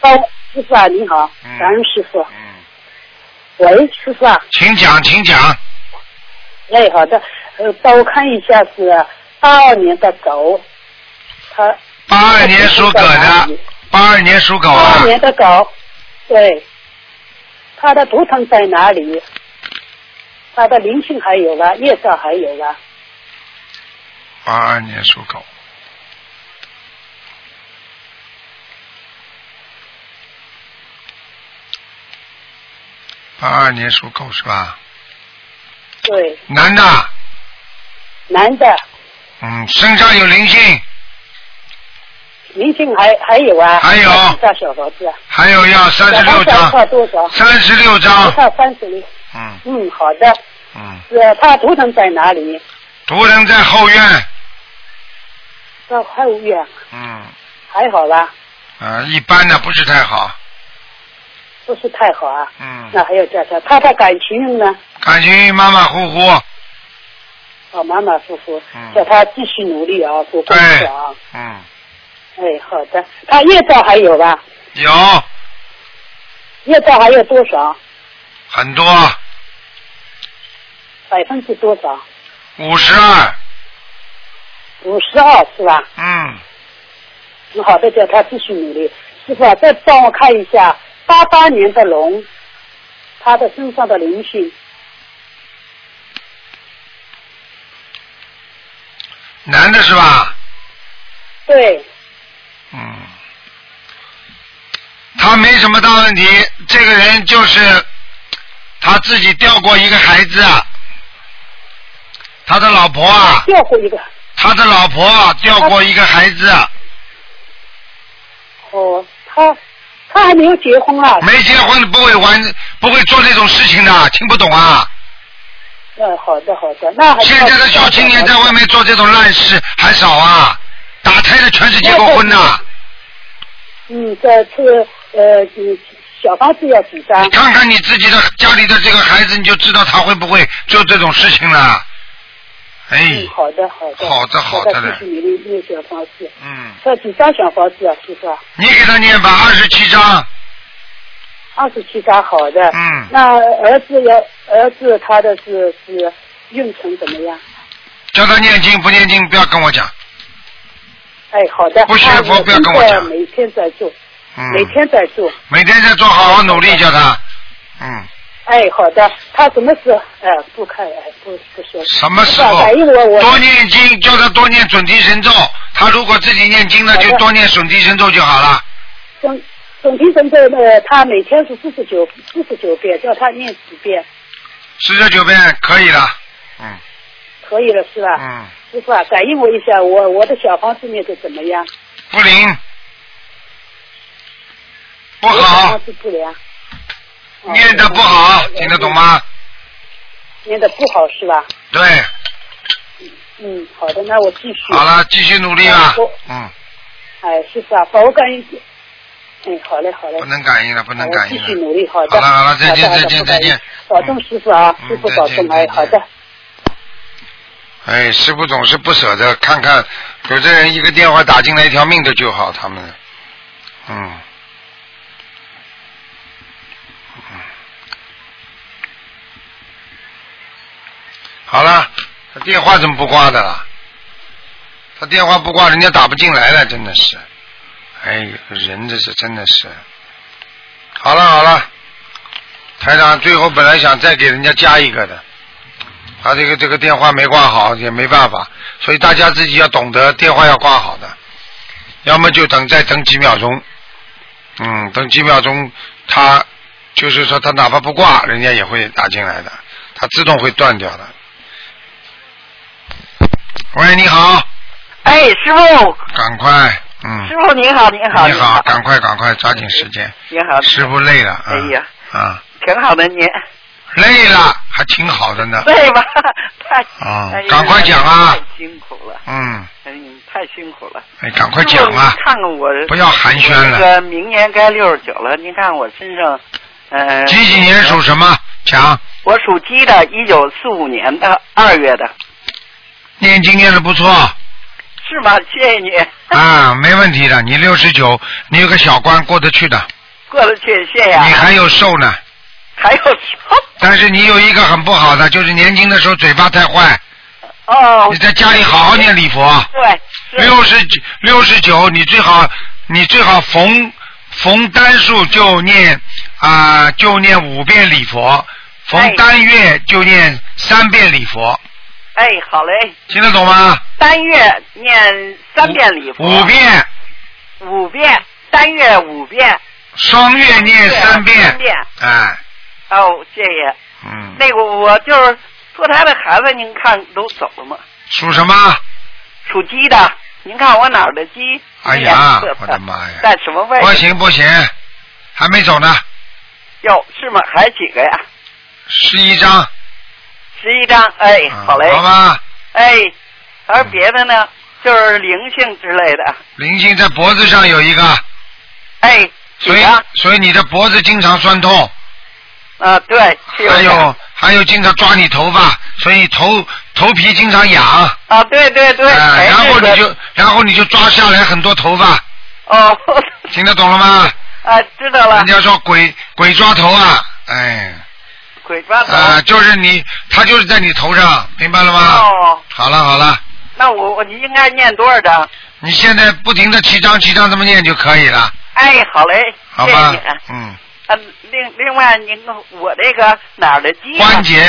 [SPEAKER 11] 帮我师傅啊，你好，
[SPEAKER 1] 嗯
[SPEAKER 11] 感恩师傅，喂，师傅啊，
[SPEAKER 1] 请讲，请讲，
[SPEAKER 11] 哎，好的，呃，帮我看一下是八二年的狗，它
[SPEAKER 1] 八二年属狗的，八二年属狗
[SPEAKER 11] 八
[SPEAKER 1] 啊
[SPEAKER 11] 二，年的狗，对，它的图腾在哪里？它的灵性还有了，业障还有了，
[SPEAKER 1] 八二年属狗。八二年属狗是吧？
[SPEAKER 11] 对，
[SPEAKER 1] 男的，
[SPEAKER 11] 男的
[SPEAKER 1] 嗯，身上有灵性，
[SPEAKER 11] 灵性还还有啊，
[SPEAKER 1] 还有
[SPEAKER 11] 大小房子啊，
[SPEAKER 1] 还有要三十六
[SPEAKER 11] 小房
[SPEAKER 1] 张
[SPEAKER 11] 子，要多少？
[SPEAKER 1] 36张
[SPEAKER 11] 要三十六。
[SPEAKER 1] 嗯
[SPEAKER 11] 嗯，好的。
[SPEAKER 1] 嗯，
[SPEAKER 11] 是他图腾在哪里？
[SPEAKER 1] 图腾在后院，
[SPEAKER 11] 到后院
[SPEAKER 1] 嗯，
[SPEAKER 11] 还好吧？
[SPEAKER 1] 啊，一般的不是太好，
[SPEAKER 11] 不是太好啊。
[SPEAKER 1] 嗯，
[SPEAKER 11] 那还要加强他的感情呢？
[SPEAKER 1] 感情马马虎虎，
[SPEAKER 11] 哦，马马虎虎，
[SPEAKER 1] 嗯
[SPEAKER 11] 叫他继续努力啊，做功课啊。
[SPEAKER 1] 嗯，
[SPEAKER 11] 哎，好的。他业障还有吧？
[SPEAKER 1] 有
[SPEAKER 11] 业障还有多少？
[SPEAKER 1] 很多，
[SPEAKER 11] 百分之多少？
[SPEAKER 1] 五十二，
[SPEAKER 11] 五十二是吧？
[SPEAKER 1] 嗯，
[SPEAKER 11] 嗯好的，叫他继续努力。师傅啊，再帮我看一下八八年的龙，他的身上的灵性。
[SPEAKER 1] 男的是吧？
[SPEAKER 11] 对，
[SPEAKER 1] 嗯，他没什么大问题，这个人就是他自己掉过一个孩子啊，他的老婆啊，
[SPEAKER 11] 掉过一个，
[SPEAKER 1] 他的老婆啊掉过一个孩子啊，
[SPEAKER 11] 哦，他他还没有结婚啊。
[SPEAKER 1] 没结婚的不会玩，不会做这种事情的，听不懂啊？
[SPEAKER 11] 嗯，好的好的，那还
[SPEAKER 1] 现在的小青年在外面做这种烂事还少啊，打胎的全是结过婚的，
[SPEAKER 11] 嗯，这次呃，嗯小房子要几张？
[SPEAKER 1] 看看你自己的家里的这个孩子，你就知道他会不会做这种事情了。哎
[SPEAKER 11] 嗯，，好的好的，
[SPEAKER 1] 好的好
[SPEAKER 11] 好
[SPEAKER 1] 的嘞
[SPEAKER 11] 继续努力念小房子。
[SPEAKER 1] 嗯，
[SPEAKER 11] 这几张小房子啊，师傅啊？
[SPEAKER 1] 你给他念吧，二十七章。
[SPEAKER 11] 二十七张，好的。
[SPEAKER 1] 嗯
[SPEAKER 11] 那儿子要儿子他的是是运程怎么样？
[SPEAKER 1] 叫他念经不念经，不要跟我讲。
[SPEAKER 11] 哎，好的。
[SPEAKER 1] 不学佛
[SPEAKER 11] 那
[SPEAKER 1] 不要跟我讲
[SPEAKER 11] 现在每天在做，
[SPEAKER 1] 嗯，
[SPEAKER 11] 每天在做。
[SPEAKER 1] 每天在做，好好努力，叫他。嗯，
[SPEAKER 11] 哎，好的。他什么时候？哎，不看，哎，不不说。
[SPEAKER 1] 什么时
[SPEAKER 11] 不
[SPEAKER 1] 候
[SPEAKER 11] 反正我我
[SPEAKER 1] 多念经，叫他多念准提神咒。他如果自己念经呢，
[SPEAKER 11] 好的
[SPEAKER 1] 就多念准提神咒就好了。
[SPEAKER 11] 总总提神咒呢，他每天是四十九四十九遍，叫他念几遍
[SPEAKER 1] 四十九遍可以了。嗯
[SPEAKER 11] 可以了是吧？
[SPEAKER 1] 嗯，
[SPEAKER 11] 师傅啊，感应我一下，我我的小房子念的怎么样？
[SPEAKER 1] 不灵，不
[SPEAKER 11] 我小
[SPEAKER 1] 好
[SPEAKER 11] 房，子不良，哦
[SPEAKER 1] 念的不好，听得懂吗？
[SPEAKER 11] 念的不好是吧？
[SPEAKER 1] 对，
[SPEAKER 11] 嗯，好的，那我继续。
[SPEAKER 1] 好了，继续努力吧
[SPEAKER 11] 我。
[SPEAKER 1] 嗯，
[SPEAKER 11] 哎，师傅啊，把我感应。哎，好嘞，好嘞。
[SPEAKER 1] 不能感应了，不
[SPEAKER 11] 好
[SPEAKER 1] 能
[SPEAKER 11] 我
[SPEAKER 1] 感
[SPEAKER 11] 继
[SPEAKER 1] 应
[SPEAKER 11] 续
[SPEAKER 1] 了。
[SPEAKER 11] 努力，好
[SPEAKER 1] 好
[SPEAKER 11] 的。
[SPEAKER 1] 了好了，再见
[SPEAKER 11] 好的
[SPEAKER 1] 再见再。见。
[SPEAKER 11] 好的不敢保重师傅啊，
[SPEAKER 1] 嗯
[SPEAKER 11] 师傅保重
[SPEAKER 1] 再见
[SPEAKER 11] 哎，
[SPEAKER 1] 再见
[SPEAKER 11] 好的。
[SPEAKER 1] 哎，师傅总是不舍得，看看有的人一个电话打进来，一条命都救好他们了。嗯。嗯好了，他电话怎么不挂的啦？他电话不挂，人家打不进来了，真的是。哎，人这是真的是。好了好了，台长最后本来想再给人家加一个的，他这个这个电话没挂好也没办法，所以大家自己要懂得电话要挂好的，要么就等再等几秒钟，嗯，等几秒钟，他就是说他哪怕不挂，人家也会打进来的，他自动会断掉的。喂，你好，
[SPEAKER 15] 哎，师傅，
[SPEAKER 1] 赶快，嗯，
[SPEAKER 15] 师傅你好，你好，
[SPEAKER 1] 你好，，赶快赶快抓紧时间，
[SPEAKER 15] 你好，
[SPEAKER 1] 师傅累了，啊、
[SPEAKER 15] 哎呀，
[SPEAKER 1] 啊，
[SPEAKER 15] 挺好的您，
[SPEAKER 1] 累了还挺好的呢，
[SPEAKER 15] 对吧？ 太，
[SPEAKER 1] 啊
[SPEAKER 15] 哎呀
[SPEAKER 1] 赶快讲啊
[SPEAKER 15] 太辛苦了，
[SPEAKER 1] 嗯，
[SPEAKER 15] 哎，你太辛苦了，
[SPEAKER 1] 哎，赶快讲啊
[SPEAKER 15] 师傅，你看看我，
[SPEAKER 1] 不要寒暄
[SPEAKER 15] 我这
[SPEAKER 1] 了
[SPEAKER 15] 个明年该六十九了，您看我身上，呃，
[SPEAKER 1] 几几年属什么？讲，
[SPEAKER 15] 我属鸡的，一九四五年的二月的，
[SPEAKER 1] 念经念的不错
[SPEAKER 15] 是吗？谢谢你，
[SPEAKER 1] 啊，没问题的。你六十九，你有个小关过得去的，
[SPEAKER 15] 过得去，谢谢啊。
[SPEAKER 1] 你还有寿呢。
[SPEAKER 15] 还有
[SPEAKER 1] 但是你有一个很不好的，就是年轻的时候嘴巴太坏。
[SPEAKER 15] 哦。
[SPEAKER 1] 你在家里好好念礼佛。
[SPEAKER 15] 对。
[SPEAKER 1] 六十九，六十九，你最好，你最好逢逢单数就念啊、就念五遍礼佛，
[SPEAKER 15] 哎
[SPEAKER 1] 逢单月就念三遍礼佛，
[SPEAKER 15] 哎，好嘞。
[SPEAKER 1] 听得懂吗？
[SPEAKER 15] 单月念三遍礼佛，
[SPEAKER 1] 五遍，
[SPEAKER 15] 五遍，单月五遍，
[SPEAKER 1] 双月念三
[SPEAKER 15] 三
[SPEAKER 1] 遍，
[SPEAKER 15] 遍。
[SPEAKER 1] 哎，
[SPEAKER 15] 哦，谢谢。
[SPEAKER 1] 嗯，
[SPEAKER 15] 那个我就是堕胎的孩子，您看都走了吗？
[SPEAKER 1] 属什么？
[SPEAKER 15] 属鸡的，您看我哪儿的鸡？
[SPEAKER 1] 哎呀
[SPEAKER 15] 颜色，
[SPEAKER 1] 我的妈呀！
[SPEAKER 15] 在什么位置？
[SPEAKER 1] 不行不行，还没走呢，
[SPEAKER 15] 哟，是吗？还几个呀？
[SPEAKER 1] 十一张，
[SPEAKER 15] 十一张。哎，好嘞。
[SPEAKER 1] 嗯好吧。
[SPEAKER 15] 哎，而别的呢，就是灵性之类的。
[SPEAKER 1] 灵性在脖子上有一个，
[SPEAKER 15] 哎，
[SPEAKER 1] 所以所以你的脖子经常酸痛，
[SPEAKER 15] 啊，对，是
[SPEAKER 1] 还
[SPEAKER 15] 点
[SPEAKER 1] 有还有经常抓你头发，所以头头皮经常痒，
[SPEAKER 15] 啊，对对对，
[SPEAKER 1] 哎
[SPEAKER 15] 哎
[SPEAKER 1] 然
[SPEAKER 15] 这
[SPEAKER 1] 后你
[SPEAKER 15] 个
[SPEAKER 1] 就然后你就抓下来很多头发，
[SPEAKER 15] 哦，
[SPEAKER 1] 听得懂了吗？
[SPEAKER 15] 啊，知道了
[SPEAKER 1] 人。家说鬼鬼抓头啊，哎，
[SPEAKER 15] 鬼抓头。
[SPEAKER 1] 啊、就是你他就是在你头上，明白了吗？
[SPEAKER 15] 哦，
[SPEAKER 1] 好了好了，
[SPEAKER 15] 那我我应该念多少张？
[SPEAKER 1] 你现在不停的七张七张这么念就可以了，
[SPEAKER 15] 哎，好嘞，
[SPEAKER 1] 好
[SPEAKER 15] 谢谢
[SPEAKER 1] 吧
[SPEAKER 15] 你啊。？
[SPEAKER 1] 嗯，
[SPEAKER 15] 啊，另另外，您我这个哪儿的鸡、啊？
[SPEAKER 1] 关节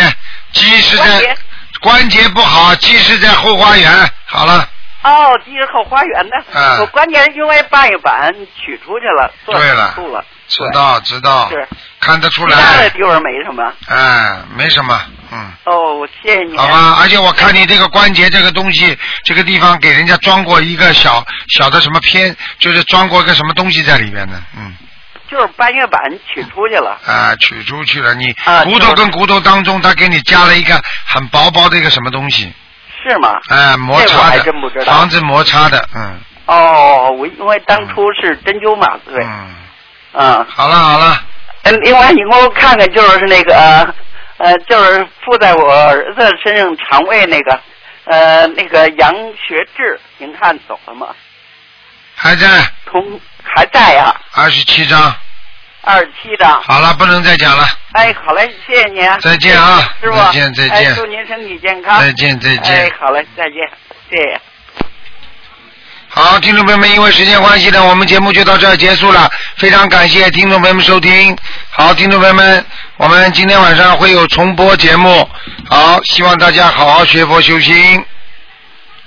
[SPEAKER 1] 鸡是
[SPEAKER 15] 关
[SPEAKER 1] 在
[SPEAKER 15] 节
[SPEAKER 1] 关节不好，鸡是在后花园。好了，
[SPEAKER 15] 哦，鸡是后花园的。
[SPEAKER 1] 嗯
[SPEAKER 15] 我关键是因为半月板取出去了，做
[SPEAKER 1] 对了
[SPEAKER 15] 手术了，
[SPEAKER 1] 知道知道，
[SPEAKER 15] 是。
[SPEAKER 1] 看得出
[SPEAKER 15] 其他的
[SPEAKER 1] 哦来，
[SPEAKER 15] 地方没什么。
[SPEAKER 1] 哎，没什么，嗯。
[SPEAKER 15] 哦，谢谢你。
[SPEAKER 1] 好吧，而且我看你这个关节这个东西，这个地方给人家装过一个小小的什么偏，就是装过一个什么东西在里边的，嗯，
[SPEAKER 15] 就是半月板取出去了。
[SPEAKER 1] 啊，取出去了，你
[SPEAKER 15] 啊
[SPEAKER 1] 骨头跟骨头当中，它给你加了一个很薄薄的一个什么东西，
[SPEAKER 15] 是吗？
[SPEAKER 1] 哎，摩
[SPEAKER 15] 这我
[SPEAKER 1] 擦
[SPEAKER 15] 还
[SPEAKER 1] 的
[SPEAKER 15] 真不知，道
[SPEAKER 1] 防止摩擦的，嗯
[SPEAKER 15] 哦，我因为当初是针灸麻醉。
[SPEAKER 1] 嗯。
[SPEAKER 15] 嗯。
[SPEAKER 1] 好了好了，
[SPEAKER 15] 嗯，另外你给我看看，就是那个呃呃，就是附在我儿子身上肠胃那个呃那个杨学志，您看走了吗？
[SPEAKER 1] 还在
[SPEAKER 15] 同还在啊呀、
[SPEAKER 1] 二十七章，
[SPEAKER 15] 二十七张。
[SPEAKER 1] 好了，不能再讲了，
[SPEAKER 15] 哎，好嘞，谢谢您啊。
[SPEAKER 1] 再见啊
[SPEAKER 15] 师傅。
[SPEAKER 1] 再见再见
[SPEAKER 15] 哎祝您身体健康。
[SPEAKER 1] 再见再见
[SPEAKER 15] 哎，好嘞，再见，谢谢。
[SPEAKER 1] 好，听众朋友们，因为时间关系呢，我们节目就到这儿结束了。非常感谢听众朋友们收听。好，听众朋友们，我们今天晚上会有重播节目。好，希望大家好好学佛修心。